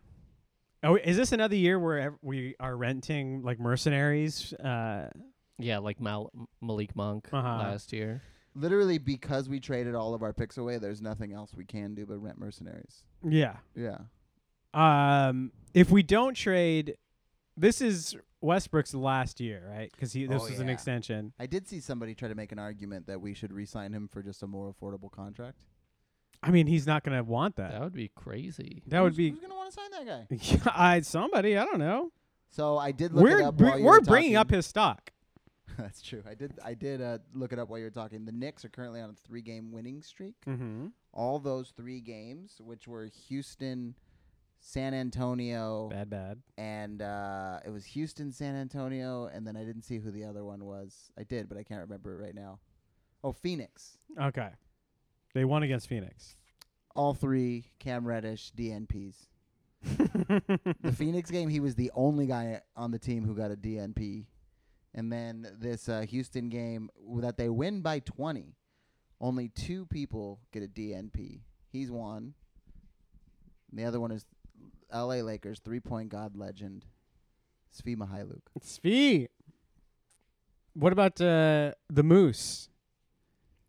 Oh, is this another year where ev- we are renting like mercenaries? Uh,
yeah, like Mal- Malik Monk
Uh-huh.
last year.
Literally, because we traded all of our picks away, there's nothing else we can do but rent mercenaries.
yeah.
Yeah,
Um, if we don't trade, this is Westbrook's last year, right? Because he this
Oh,
was an
yeah.
extension.
I did see somebody try to make an argument that we should re-sign him for just a more affordable contract.
I mean, he's not gonna want that.
That would be crazy.
That would
Who's-
be
Who's gonna want to sign that guy?
I somebody I don't know.
So I did look it
We're
up.
br-
while you
we're
were
bringing up
talking.
his stock.
That's true. I did. I did uh, look it up while you were talking. The Knicks are currently on a three-game winning streak.
Mm-hmm.
All those three games, which were Houston, San Antonio,
Bad, bad.
and uh, it was Houston, San Antonio, and then I didn't see who the other one was. I did, but I can't remember it right now. Oh, Phoenix.
Okay, they won against Phoenix.
All three Cam Reddish DNPs. the Phoenix game, he was the only guy on the team who got a DNP. And then this uh, Houston game w- that they win by 20, only two people get a DNP. He's one. And the other one is L.A. Lakers three point god legend, Svi Mihailuk.
Spee. What about uh, the Moose?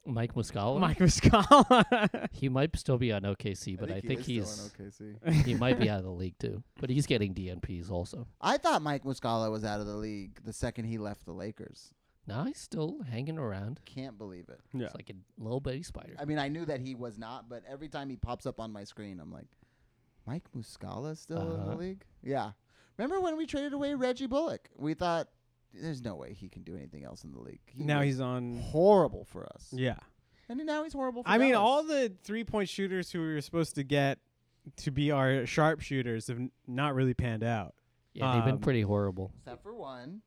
Mike Muscala.
Mike Muscala.
He might still be on OKC, but I think, he's he might be out of the league too. But he's getting DNPs also.
I thought Mike Muscala was out of the league the second he left the Lakers.
Now he's still hanging around.
Can't believe it.
yeah.
It's like a little bitty spider.
I mean, I knew that he was not, but every time he pops up on my screen, I'm like, Mike Muscala still in the
Uh-huh.
league? Yeah. Remember when we traded away Reggie Bullock? We thought there's no way he can do anything else in the league. He
now
was
he's on.
horrible for us.
Yeah.
And now he's horrible for
I mean,
Dallas.
all the three point shooters who we were supposed to get to be our sharpshooters have n- not really panned out.
yeah, they've
um,
been pretty horrible.
except for one.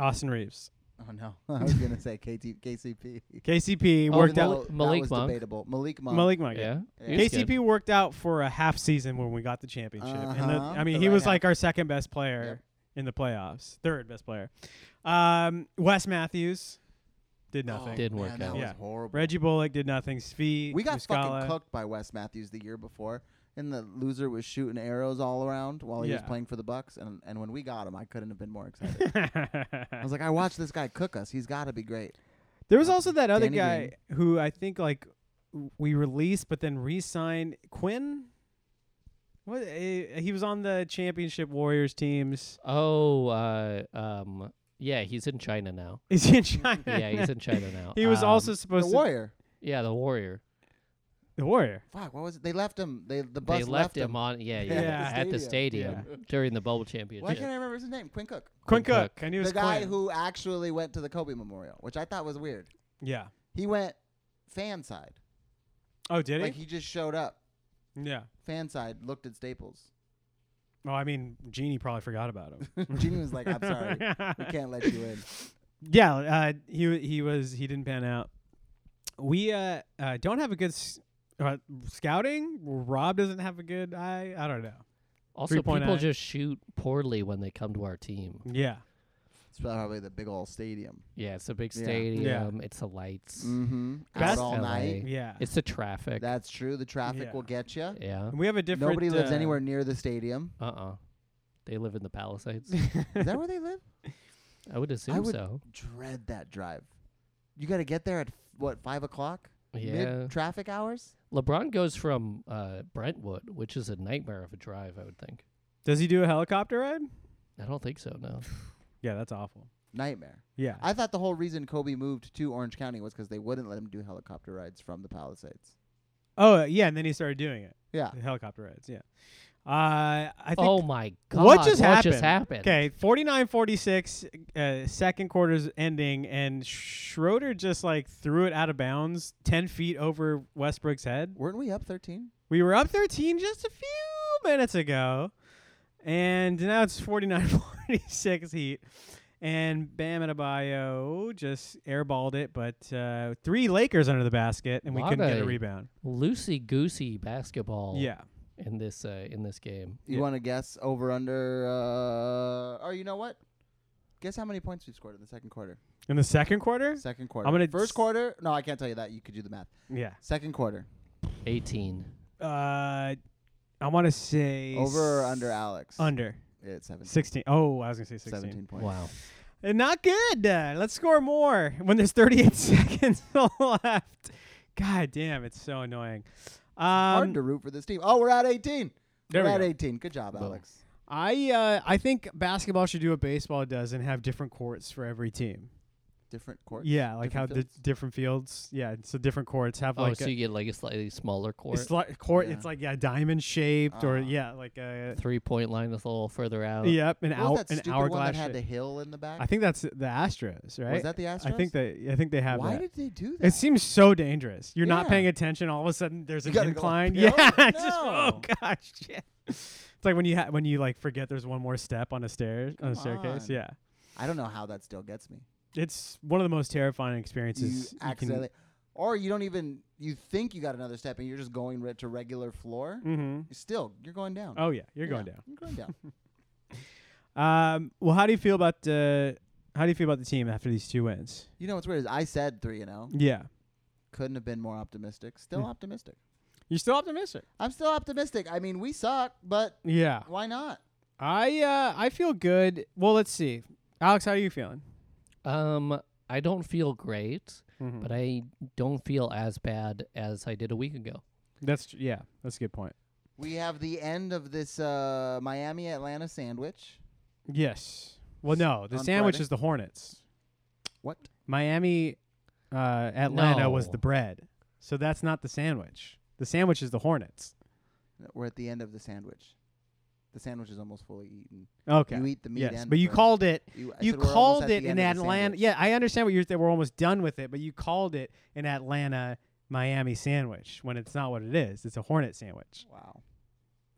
Austin Reeves,
Oh no. I was going to say KT, KCP.
KCP
Oh,
worked
Mal-
out.
Although that
Malik
was
Monk.
debatable. Malik Monk.
Malik Monk.
Yeah.
Yeah.
he was
KCP
good.
worked out for a half season when we got the championship, and the,
Uh-huh.
I mean
The
he
right
was
half.
like our second best player in the playoffs, third best player. Um, Wes Matthews did nothing.
Oh,
Didn't work
man, that
out.
was
Yeah.
horrible.
Reggie Bullock did nothing. Svi
We got
Muscala.
fucking cooked by Wes Matthews the year before, and the loser was shooting arrows all around while he was
Yeah.
playing for the Bucks. And and when we got him, I couldn't have been more excited. I was like, I watched this guy cook us. He's got to be great.
there was also that other
Danny
guy who I think like w- we released but then re-signed Quinn. What eh, he was on the championship Warriors teams.
Oh, uh, um, yeah, he's in China now.
Is he in China?
Yeah, he's in China now.
he was
Um,
also
The
supposed to
Warrior.
yeah the Warrior.
the Warrior.
Fuck, what was it? They left him. They the bus
They left him on yeah yeah,
Yeah.
at the stadium
Yeah.
during the bubble
Why
championship.
can't I remember his name? Quinn Cook,
Quinn
Quinn
Cook.
Cook.
I knew it
the
was
guy
Quinn.
who actually went to the Kobe Memorial, which I thought was weird.
Yeah.
He went fan side.
Oh, did
Like he just showed up.
he? Yeah.
Fan side looked at Staples.
Oh, I mean, Genie probably forgot about him.
Genie was like, "I'm sorry, we can't let you in."
Yeah, uh, he he was he didn't pan out. We uh, uh don't have a good s- uh, scouting. Rob doesn't have a good eye. I don't know.
Also,
3.9.
people just shoot poorly when they come to our team.
Yeah,
It's probably the big old stadium.
Yeah, it's a big
Yeah. Yeah.
stadium. It's the lights.
Mm-hmm. Out
Best-
all
LA.
night.
Yeah.
It's the traffic.
That's true. The traffic
Yeah.
will get you.
yeah.
And we have a different.
Nobody lives
uh,
anywhere near the stadium.
Uh uh They live in the Palisades.
Is that where they live?
I would assume
would-
so.
Dread that drive. You got to get there at what five o'clock?
Yeah.
Mid traffic hours.
LeBron goes from uh, Brentwood, which is a nightmare of a drive, I would think.
Does he do a helicopter ride?
I don't think so, no.
Yeah, that's awful.
Nightmare.
Yeah.
I thought the whole reason Kobe moved to Orange County was because they wouldn't let him do helicopter rides from the Palisades.
oh yeah, and then he started doing it.
Yeah.
The helicopter rides. Yeah. Uh, I think.
Oh my god.
What just happened?
happened?
Okay, 49-46, uh, second quarter's ending, and Schroeder just like threw it out of bounds, ten feet over Westbrook's head.
Weren't we up thirteen?
We were up 13 just a few minutes ago. And now it's 49 46 Heat. And Bam Adebayo just airballed it, but uh, three Lakers under the basket, and we
Lot
couldn't get a
of-
rebound.
Loosey goosey basketball
Yeah.
in this uh, in this game.
You
Yeah.
want to guess over under? Uh, or you know what? Guess how many points we scored in the second quarter?
In the second quarter?
Second quarter.
I'm gonna
First
s-
quarter? No, I can't tell you that. You could do the math.
Yeah.
Second quarter.
Eighteen.
Uh, I want to say.
Over or
s-
under Alex?
Under.
It's 17.
16. Oh, I was going to say 16.
17 points.
Wow.
And not good. Uh, let's score more when there's 38 seconds left. God damn, it's so annoying. Um,
Hard to root for this team. Oh, we're at 18.
There
we're
we
at
go.
18. Good job,
Boom.
Alex.
I uh, I think basketball should do what baseball does and have different courts for every team.
Different court.
yeah, like how
different
the
fields?
different fields. Yeah, so different courts have
Oh,
like
so
a,
you get like a slightly smaller court.
it's like court.
Yeah.
It's like yeah, diamond shaped or
Ah.
yeah, like a
Three point line is a little further out.
yep, an
What was
hour
that
an
stupid one
hourglass.
that had the
shape.
hill in the back?
I think that's the Astros, right?
Was that the Astros?
I think that I think they have
Why
that.
did they do that?
It seems so dangerous. You're not
Yeah.
paying attention. All of a sudden, there's
You
an
gotta go
incline.
uphill?
Yeah, it's just oh
No.
gosh, shit. It's like when you ha- when you like forget there's one more step on a stair on
Come
a staircase.
on.
Yeah,
I don't know how that still gets me.
it's one of the most terrifying
You
experiences. you can-
accidentally, or you don't even. You think you got another step, and you're just going re- to regular floor.
Mhm.
Still, you're going down.
Oh yeah, you're going
Yeah, You're going down.
down. Um, well, how do you feel about uh, how do you feel about the team after these two wins?
you know what's weird is I said three. You know,
Yeah,
couldn't have been more optimistic. Still
Hmm.
optimistic.
you're still optimistic.
I'm still optimistic. I mean, we suck, but
Yeah,
why not?
I uh, I feel good. Well, let's see, Alex, how are you feeling?
Um, I don't feel great,
Mm-hmm.
but I don't feel as bad as I did a week ago.
that's tr- yeah, that's a good point.
We have the end of this uh, Miami Atlanta sandwich.
Yes. Well, no, the
On
sandwich
Friday?
is the Hornets.
What?
Miami, uh, Atlanta was
No.
the bread, so that's not the sandwich. The sandwich is the Hornets.
We're at the end of the sandwich. The sandwich is almost fully eaten.
Okay.
You eat the meat
yes,
and
but
the
you
bread.
called it
You, I
you
said we're almost at
called
the
it in
end of the
Atlanta.
sandwich.
Yeah, I understand what you're that we're almost done with it, but you called it an Atlanta Miami sandwich when it's not what it is. It's a Hornet sandwich.
Wow.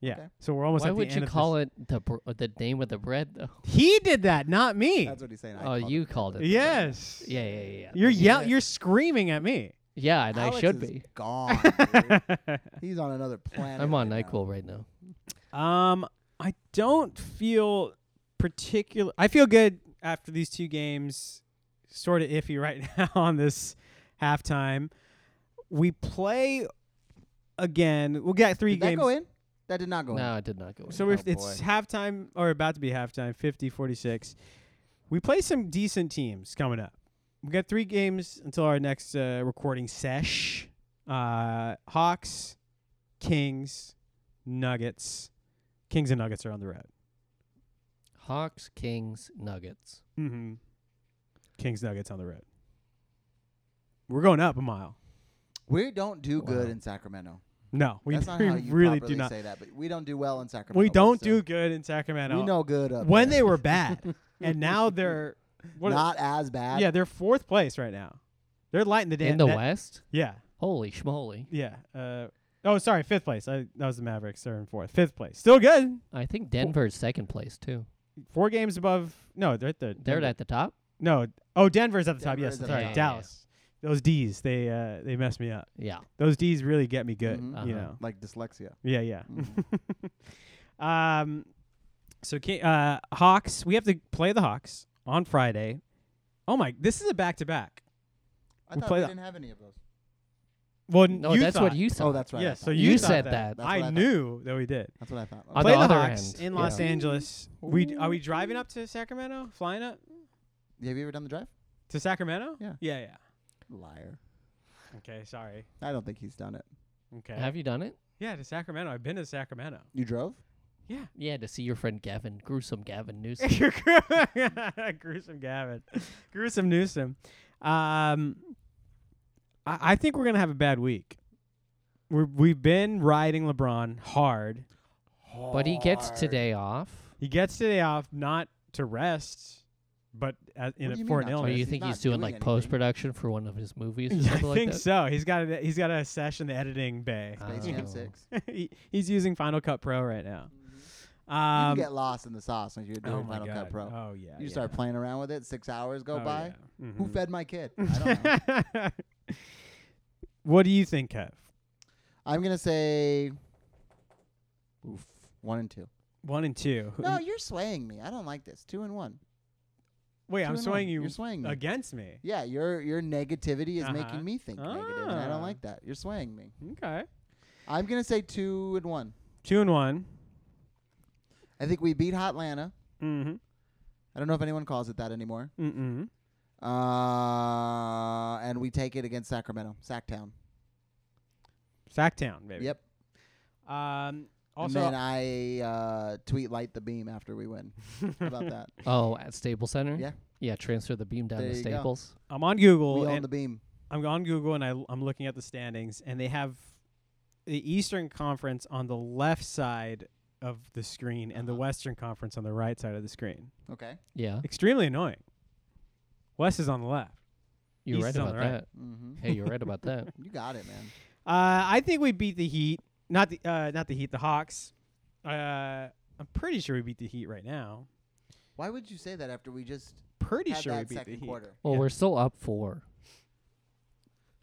Yeah.
Okay.
So we're almost at
Why
the
would
end
you
of
call
this-
it the br- uh, the name of the bread though?
He did that, not me.
That's what he's saying. I
oh, you called it. the bread.
yes.
Yeah, yeah, yeah. yeah.
You're yell
Yeah.
you're screaming at me.
Yeah, and
Alex
I should
is
be.
Gone. dude. he's on another planet.
I'm on
right now.
Nyquil right now.
um I don't feel particular I feel good after these two games sort of iffy right now on this halftime. We play again. We'll get three
Did
games.
that go in? That did not go in.
No, it did not go. in.
So
Oh,
if it's
boy.
halftime or about to be halftime, 50 46. We play some decent teams coming up. We got three games until our next uh, recording sesh. Uh, Hawks, Kings, Nuggets. Kings and Nuggets are on the road.
Hawks, Kings, Nuggets.
Mm-hmm. Kings Nuggets on the road. We're going up a mile.
We don't do good
Wow.
in Sacramento.
No, we,
That's not
we
how you
really
properly
do not.
say that, but we don't do well in Sacramento.
We don't
still-
do good in Sacramento.
We know good up
when
there.
they were bad, and now they're what-
not as bad.
Yeah, they're fourth place right now. They're lighting the damn
in the
net-
West?
Yeah,
Holy schmoly.
yeah. Uh, oh, sorry, fifth place. I, that was the Mavericks. They're in fourth. Fifth place, still good.
I think Denver's second place too.
Four games above. No, they're at the.
They're
Denver-
at the top.
No, oh, Denver's at the top.
Denver
Yes,
is at
sorry,
the top.
Dallas. Those D's, they uh, they mess me up.
Yeah.
Those D's really get me good.
Mhm.
You
Uh-huh.
know.
Like dyslexia.
Yeah, yeah.
Mm-hmm.
um, so Ki- uh, Hawks. We have to play the Hawks on Friday. Oh my! This is a back to back.
I
We
thought
play
we
the-
didn't have any of those.
Well,
No,
you
that's
thought.
what you said.
Oh, that's right. I
Yeah,
thought.
so
you,
you thought
said
that.
that.
That's what I
I
thought.
knew that we did.
That's what I thought.
On
Play
the
the,
other
Hawks
end,
in
yeah.
Los Angeles. We are we driving up to Sacramento? Flying up
Have you ever done the drive?
to Sacramento?
Yeah.
Yeah, yeah.
Liar.
Okay, sorry.
I don't think he's done it.
Okay.
Have you done it?
yeah, to Sacramento. I've been to Sacramento.
You drove?
Yeah.
Yeah, to see your friend Gavin, gruesome Gavin Newsom.
You're gru- gruesome Gavin. gruesome Newsom. Um I, I think we're gonna have a bad week. We're, we've been riding LeBron hard.
but he gets today off.
He gets today off, not to rest, but uh, in
What do you
a,
mean
for an
not to
Or
illness.
rest?
you
he's
think
not
he's doing,
doing
like
anything.
post production for one of his movies or
Yeah, I
something
think
like that?
so. He's got a he's got a sesh in the editing bay.
Space
Oh.
Jam 6.
he, he's using Final Cut Pro right now.
you
Um,
can get lost in the sauce when you're doing
oh my
Final
God.
Cut Pro.
Oh yeah.
you
yeah.
start playing around with it. Six hours go
Oh,
by.
yeah.
Who
Mhm.
fed my kid? I don't know.
what do you think, Kev?
I'm gonna say, oof, one and two.
One and two. Who-
No, you're swaying me. I don't like this. Two and one.
Wait,
Two
I'm
and
swaying
one.
you
You're swaying me.
against me.
Yeah, your your negativity is
Uh-huh.
making me think negative, and I
Ah.
don't like that. You're swaying me.
Okay.
I'm gonna say two and one.
Two and one.
I think we beat Hotlanta.
Mm-hmm.
I don't know if anyone calls it that anymore.
Mm-mm.
Uh, and we take it against Sacramento, Sacktown.
Sacktown, baby.
Yep.
Um.
and
Also,
then I uh, tweet light the beam after we win. How about that?
Oh, at Staples Center?
Yeah.
Yeah, transfer the beam down
There
to
you go.
Staples.
I'm on Google.
we own
and
the beam.
I'm on Google and I, I'm looking at the standings, and they have the Eastern Conference on the left side of the screen and the
Uh-huh.
Western Conference on the right side of the screen.
Okay.
Yeah.
Extremely annoying. West is on the left.
You're
East
right
is on
about
the right.
that.
hmm
Hey, you're right about that.
You got it, man.
Uh, I think we beat the Heat. Not the uh, not the Heat. The Hawks. Uh, I'm pretty sure we beat the Heat right now.
Why would you say that after we just
Pretty
had
sure we
that
beat the
second
Heat.
quarter?
Well,
Yeah.
we're still up four.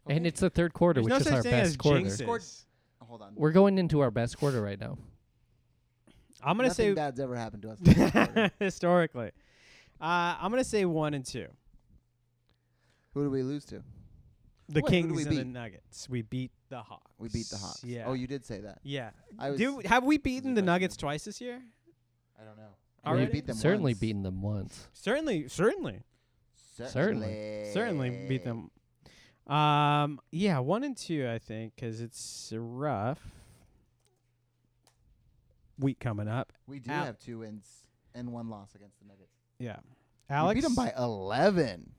And
Okay.
it's the third quarter,
There's
which
no
is
such
our
thing as
best quarter.
jinxes.
Scored- hold on.
We're going into our best quarter right now.
I'm gonna
Nothing
say
bad's ever happened to us. in the first quarter.
historically. Uh, I'm gonna say one and two.
Who do we lose to?
The
Wait, who do
Kings
we
and the
beat?
Nuggets. We beat the Hawks.
We beat the Hawks.
Yeah.
Oh, you did say that.
yeah.
I was.
Do have we beaten
it
the
Western?
Nuggets twice this year?
I don't know.
Already?
We
beat them
certainly
once.
beaten them once.
Certainly, certainly,
Certainly.
certainly beat them. Um, yeah, one and two, I think, 'cause it's a rough week coming up.
We do
Al-
have two wins and one loss against the Nuggets.
Yeah, Alex,
we beat them by eleven.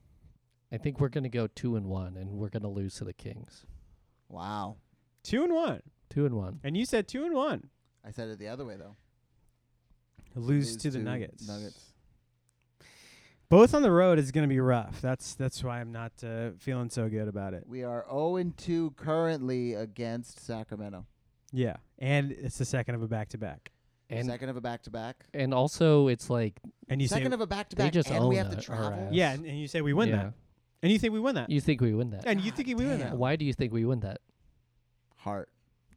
I think we're going to go two and one, and we're going to lose to the Kings.
Wow.
two and one,
Two and one.
and you said two and one.
I said it the other way though.
Lose, to the
to
Nuggets.
Nuggets.
Both on the road is going to be rough. That's that's why I'm not uh, feeling so good about it.
We are 0 and 2 currently against Sacramento.
Yeah, and it's the second of a back to back.
And
second of a back to back.
and also, it's like
And you
Second
say
of a back to
They
back,
just
and we
own
have to
it, our
travel.
ass.
yeah, and, and you say we win
yeah,
that, and you think we win that,
you think we win that?
and you think we win that.
Yeah.
Why do you think we win that?
Heart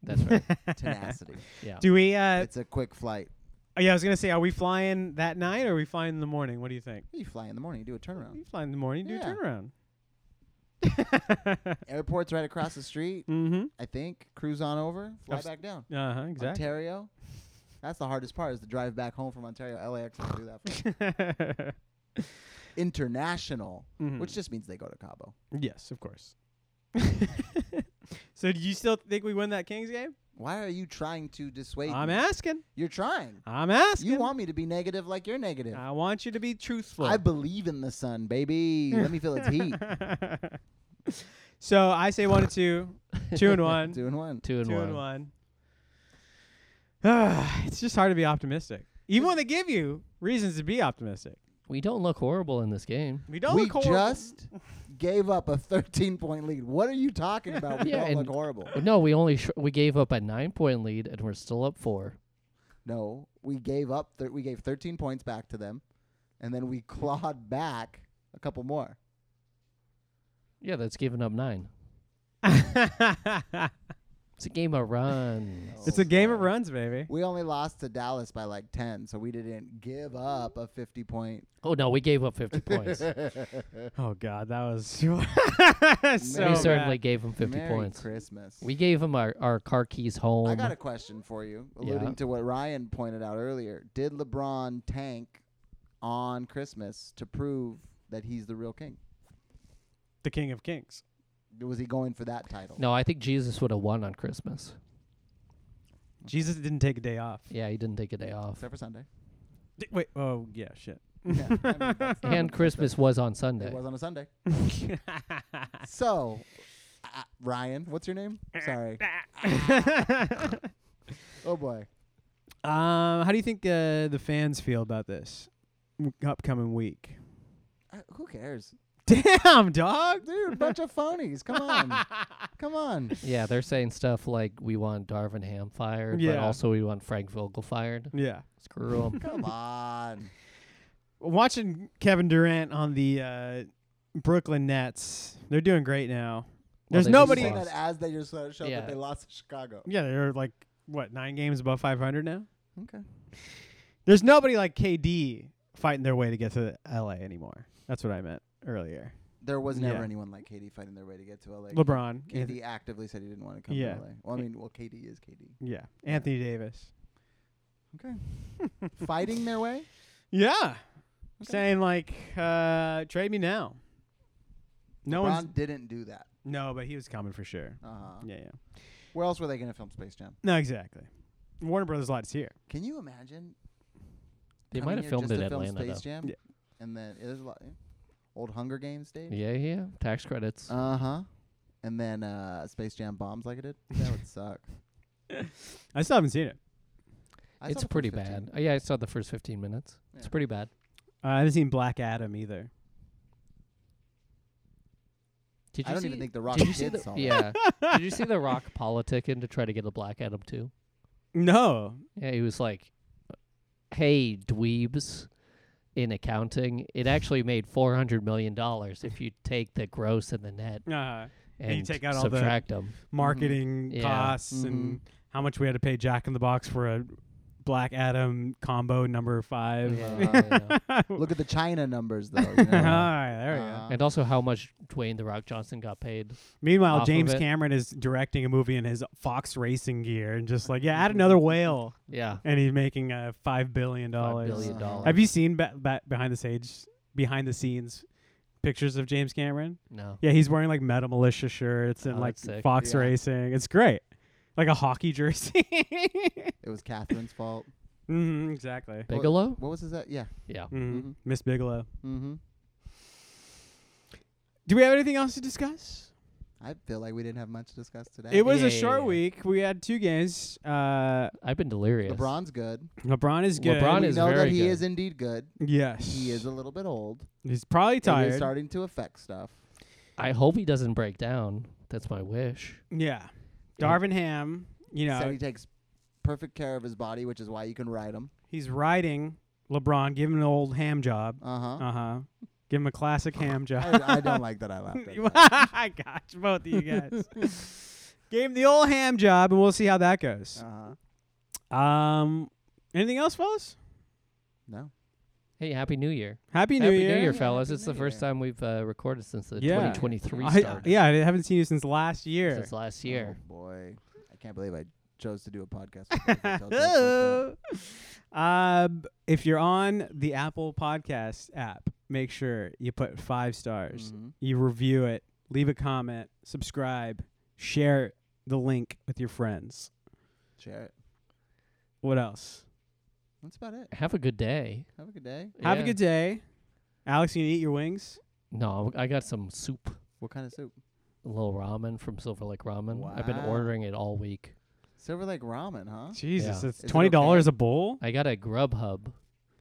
That's right.
tenacity.
Yeah.
Do we? Uh,
it's a quick flight.
oh, yeah, I was gonna say, are we flying that night or are we flying in the morning? What do you think?
You fly in the morning, you do a turnaround.
You fly in the morning, do
Yeah.
a turnaround.
Airport's right across the street,
mm-hmm.
I think. Cruise on over, fly
Abs-
back down.
Uh huh. Exactly.
Ontario. That's the hardest part is the drive back home from Ontario. LAX will do that. For us. International,
Mhm.
which just means they go to Cabo.
yes, of course. so, do you still think we win that Kings game?
Why are you trying to dissuade
I'm
me?
asking.
You're trying.
I'm asking.
You want me to be negative like you're negative.
I want you to be truthful.
I believe in the sun, baby. Let me feel its heat.
so I say one and two, two and one, two
Two and one.
two and one.
and one. it's just hard to be optimistic, even when they give you reasons to be optimistic.
We don't look horrible in this game.
We don't
we
look horrible.
just gave up a 13 point lead. What are you talking about? We
Yeah,
don't
and-
look horrible.
No, we only sh- we gave up a nine point lead, and we're still up four.
No, we gave up. Th- we gave 13 points back to them, and then we clawed back a couple more.
Yeah, that's giving up nine. It's a game of runs.
It's a game of runs, baby.
Oh, We only lost to Dallas by like 10, so we didn't give up a 50 point.
Oh no, we gave up 50 points.
Oh God, that was
We
so
we
bad.
certainly gave them 50
Merry
points.
Christmas.
We gave them our, our car keys home.
I got a question for you, alluding
Yeah.
to what Ryan pointed out earlier. Did LeBron tank on Christmas to prove that he's the real king?
the King of Kings.
Was he going for that title?
no, I think Jesus would have won on Christmas.
Jesus didn't take a day off.
Yeah, he didn't take a day off.
Except for Sunday.
D- wait. Oh yeah. Shit.
Yeah, I mean, that's-
And Christmas was on Sunday.
It was on a Sunday. So, uh, Ryan, what's your name? Sorry. Oh, boy.
Um, how do you think uh, the fans feel about this m- upcoming week?
Uh, who cares?
Damn, dog.
Dude, bunch of phonies. Come on. Come on.
Yeah, they're saying stuff like we want Darvin Ham fired, but
Yeah.
also we want Frank Vogel fired.
Yeah.
Screw him.
Come on.
Watching Kevin Durant on the uh, Brooklyn Nets, they're doing great now. There's
they just
nobody.
Saying
lost.
that as they just uh, showed
Yeah.
that they lost to Chicago.
Yeah, they're like what nine games above 500 now.
Okay.
There's nobody like KD fighting their way to get to LA anymore. That's what I meant earlier.
There was never
Yeah.
anyone like Katie fighting their way to get to LA.
LeBron, Anth-
KD actively said he didn't want to come
Yeah.
to LA. Well, I mean, well, KD is KD.
yeah, Anthony Davis.
Fighting their way?
Yeah, saying like, uh, trade me now. No one's
LeBron didn't do that.
no, but he was coming for sure.
Uh-huh.
Yeah, yeah.
Where else were they going to film Space Jam?
No, exactly. Warner Brothers lot is here.
Can you imagine?
They
coming
might have
here
filmed
just
it
to
at
film
Atlanta
Space
though.
Jam?
Yeah.
And then there's a lot. Old Hunger Games stage?
Yeah, yeah. Tax credits.
Uh huh. And then uh, Space Jam bombs like it did? That would suck.
I still haven't seen it.
I saw
it's
the first
pretty
15.
bad. Uh, yeah, I saw the first 15 minutes. It's
Yeah.
pretty bad.
Uh, I haven't seen Black Adam either.
Did you
I don't
see,
even think The Rock
did you
did,
see the,
solve it.
Yeah. did you see The Rock politicking to try to get a Black Adam too?
No,
Yeah, he was like, "Hey, dweebs." In accounting, it actually made four hundred million dollars if you take the gross and the net
uh,
and,
you take out all the-
subtract them.
marketing
Mm-hmm. Yeah. Mm-hmm.
costs and how much we had to pay Jack in the Box for a Black Adam combo number five.
Look at the China numbers, though. You
All
know?
right, there we go.
Uh,
And also how much Dwayne the Rock Johnson got paid. off
Meanwhile,
of
James
it.
Cameron is directing a movie in his Fox racing gear and just like, yeah,
Mm-hmm.
add another whale,
Yeah.
and he's making uh, five billion
Five
dollars.
billion
Uh-huh.
dollars.
Have you seen ba- ba- behind the stage, behind the scenes pictures of James Cameron?
No.
Yeah, he's wearing like Meta Militia shirts and
Oh,
like
that's sick.
Fox
Yeah.
racing. It's great, like a hockey jersey.
it was Catherine's fault.
mm, exactly.
Well-
Bigelow?
What was his? That? Yeah.
Yeah.
Mhm.
Mhm.
Miss Bigelow.
Mm-hmm.
Do we have anything else to discuss?
I feel like we didn't have much to discuss today.
It was
Yeah,
a
yeah,
short
yeah.
week. We had two games. Uh,
I've been delirious.
LeBron's good.
LeBron is good.
LeBron
we
is
know that
very
he
good.
is indeed good.
Yes.
He is a little bit old.
He's probably
It is
tired.
starting to affect stuff.
I hope he doesn't break down. That's my wish.
Yeah.
Yeah.
Darvin Ham, you
Said
know,
he takes perfect care of his body, which is why you can ride him.
he's riding LeBron, give him an old ham job.
Uh huh.
Uh huh. Give him a classic ham job.
I, I don't like that I laughed at that.
I got you, both of you guys. Gave him the old ham job, and we'll see how that goes.
Uh-huh.
Um, anything else, fellas?
No.
Hey, happy New Year.
Happy,
happy
New Year,
New Year,
Yeah,
fellas.
Happy
it's the
New
first
Year.
time we've uh, recorded since the
Yeah.
2023
I,
started.
yeah, I haven't seen you since last year.
Since last year.
Oh boy. I can't believe I chose to do a podcast. with Dave Attell jokes like Oh, that.
um, if you're on the Apple Podcast app, make sure you put five stars.
Mhm.
you review it, leave a comment, subscribe, share the link with your friends.
Share it.
What else?
That's about it.
Have a good day.
Have a good day.
Oh. Have a
Yeah.
good day. Alex, you gonna eat your wings?
No, I got some soup,
What kind of soup?
a little ramen from Silver Lake Ramen. I've been
Wow.
ordering it all week.
Silver Lake ramen, huh?
Jesus,
Yeah.
it's
Is it
twenty dollars
okay?
a bowl.
I got a Grubhub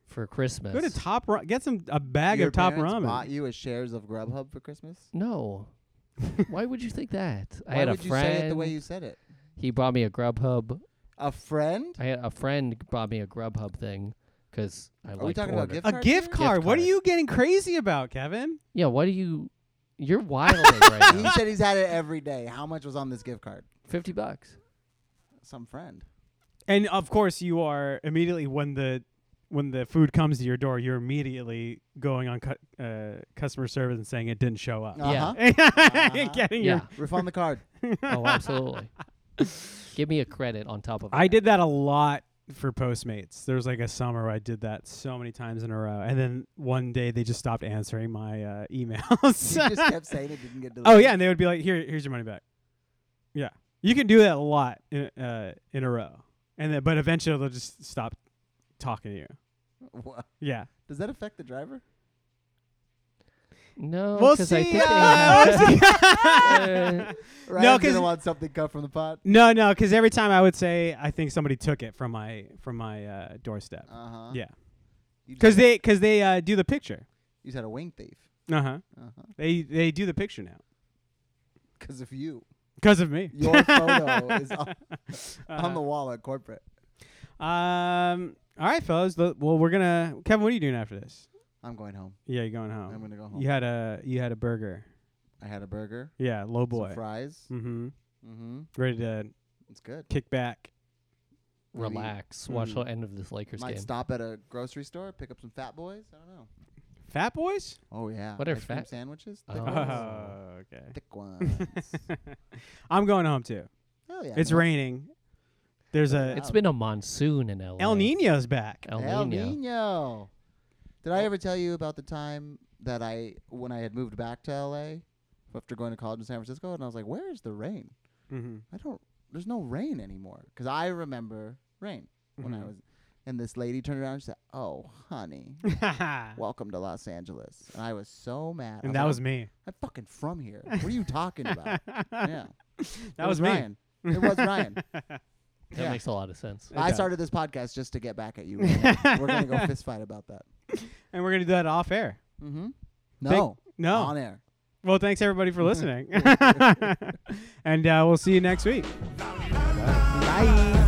for Christmas.
Go to Top Ra- get some a bag
Your
of Top
parents
Ramen.
Bought you a shares of Grubhub for Christmas.
no. Why would you think that? I
Why
had a
would you
friend.
say it the way you said it?
he brought me a Grubhub.
A friend?
I had a friend brought me a Grubhub thing because I
we
like
talking about gift
a
cards
gift
here?
card. What are
card.
you getting crazy about, Kevin?
Yeah, why do you? You're wilding right
He
now.
said he's had it every day. How much was on this gift card?
Fifty bucks.
some friend.
And of course, you are immediately when the when the food comes to your door, you're immediately going on cu- uh, customer service and saying it didn't show up.
Yeah.
Uh-huh.
Getting
Yeah.
your,
Refund the card.
Oh, absolutely. Give me a credit on top of
I
that.
did that a lot for Postmates. There was like a summer where I did that so many times in a row, and then one day they just stopped answering my uh,
You
emails.
just kept saying it didn't get delivered.
oh yeah, and they would be like, "Here, here's your money back." Yeah, you can do that a lot in, uh, in a row, and then but eventually they'll just stop talking to you.
Wha-
Yeah.
Does that affect the driver?
No,
We'll
'cause I
see.
think they have- uh,
Ryan's gonna
'cause-
want something cut from the pot.
No, no, because every time I would say, I think somebody took it from my from my uh, doorstep.
Uh huh.
Yeah.
You
Because
just,
they because they uh, do the picture.
you just had a wing thief.
Uh huh.
Uh huh.
They they do the picture now
Because of you,
because of me.
your photo is on, on
Uh-huh.
the wall at corporate.
Um. All right, fellas. The, well, we're gonna Kevin. What are you doing after this?
I'm going home.
Yeah, you're going home.
I'm gonna go home.
You had a you had a burger.
I had a burger,
Yeah, low boy.
some fries.
Mm-hmm.
Mm-hmm.
Ready to
It's good.
kick back.
Maybe
relax. Watch
Mm.
the end of this Lakers
Hmm. Might
game.
stop at a grocery store, pick up some Fat Boys. I don't know.
Fat boys.
Oh yeah.
What are
Ice cream
Fat-
sandwiches? Thick
Oh.
ones.
Oh, okay.
Thick ones.
I'm going home too.
Hell yeah.
It's
man.
raining. There's a
It's been a monsoon in LA.
El Nino's back.
El
El
Nino.
Nino. Did I ever tell you about the time that I, when I had moved back to LA after going to college in San Francisco, and I was like, where's the rain?
Mm-hmm.
I don't, there's no rain anymore. Because I remember rain when
Mm-hmm.
I was, and this lady turned around and said, oh, honey, welcome to Los Angeles. And I was so mad. I
and that
like,
was me.
I'm fucking from here. What are you talking about? yeah.
That
it
was,
was
me.
Ryan. It was Ryan.
That
Yeah.
makes a lot of sense.
It
I
does.
started this podcast just to get back at you. Ryan. We're gonna go fist fight about that.
And we're gonna do that off air.
Mm-hmm.
Thank-
No,
No.
on air.
Well, thanks everybody for listening, and uh, we'll see you next week.
Bye.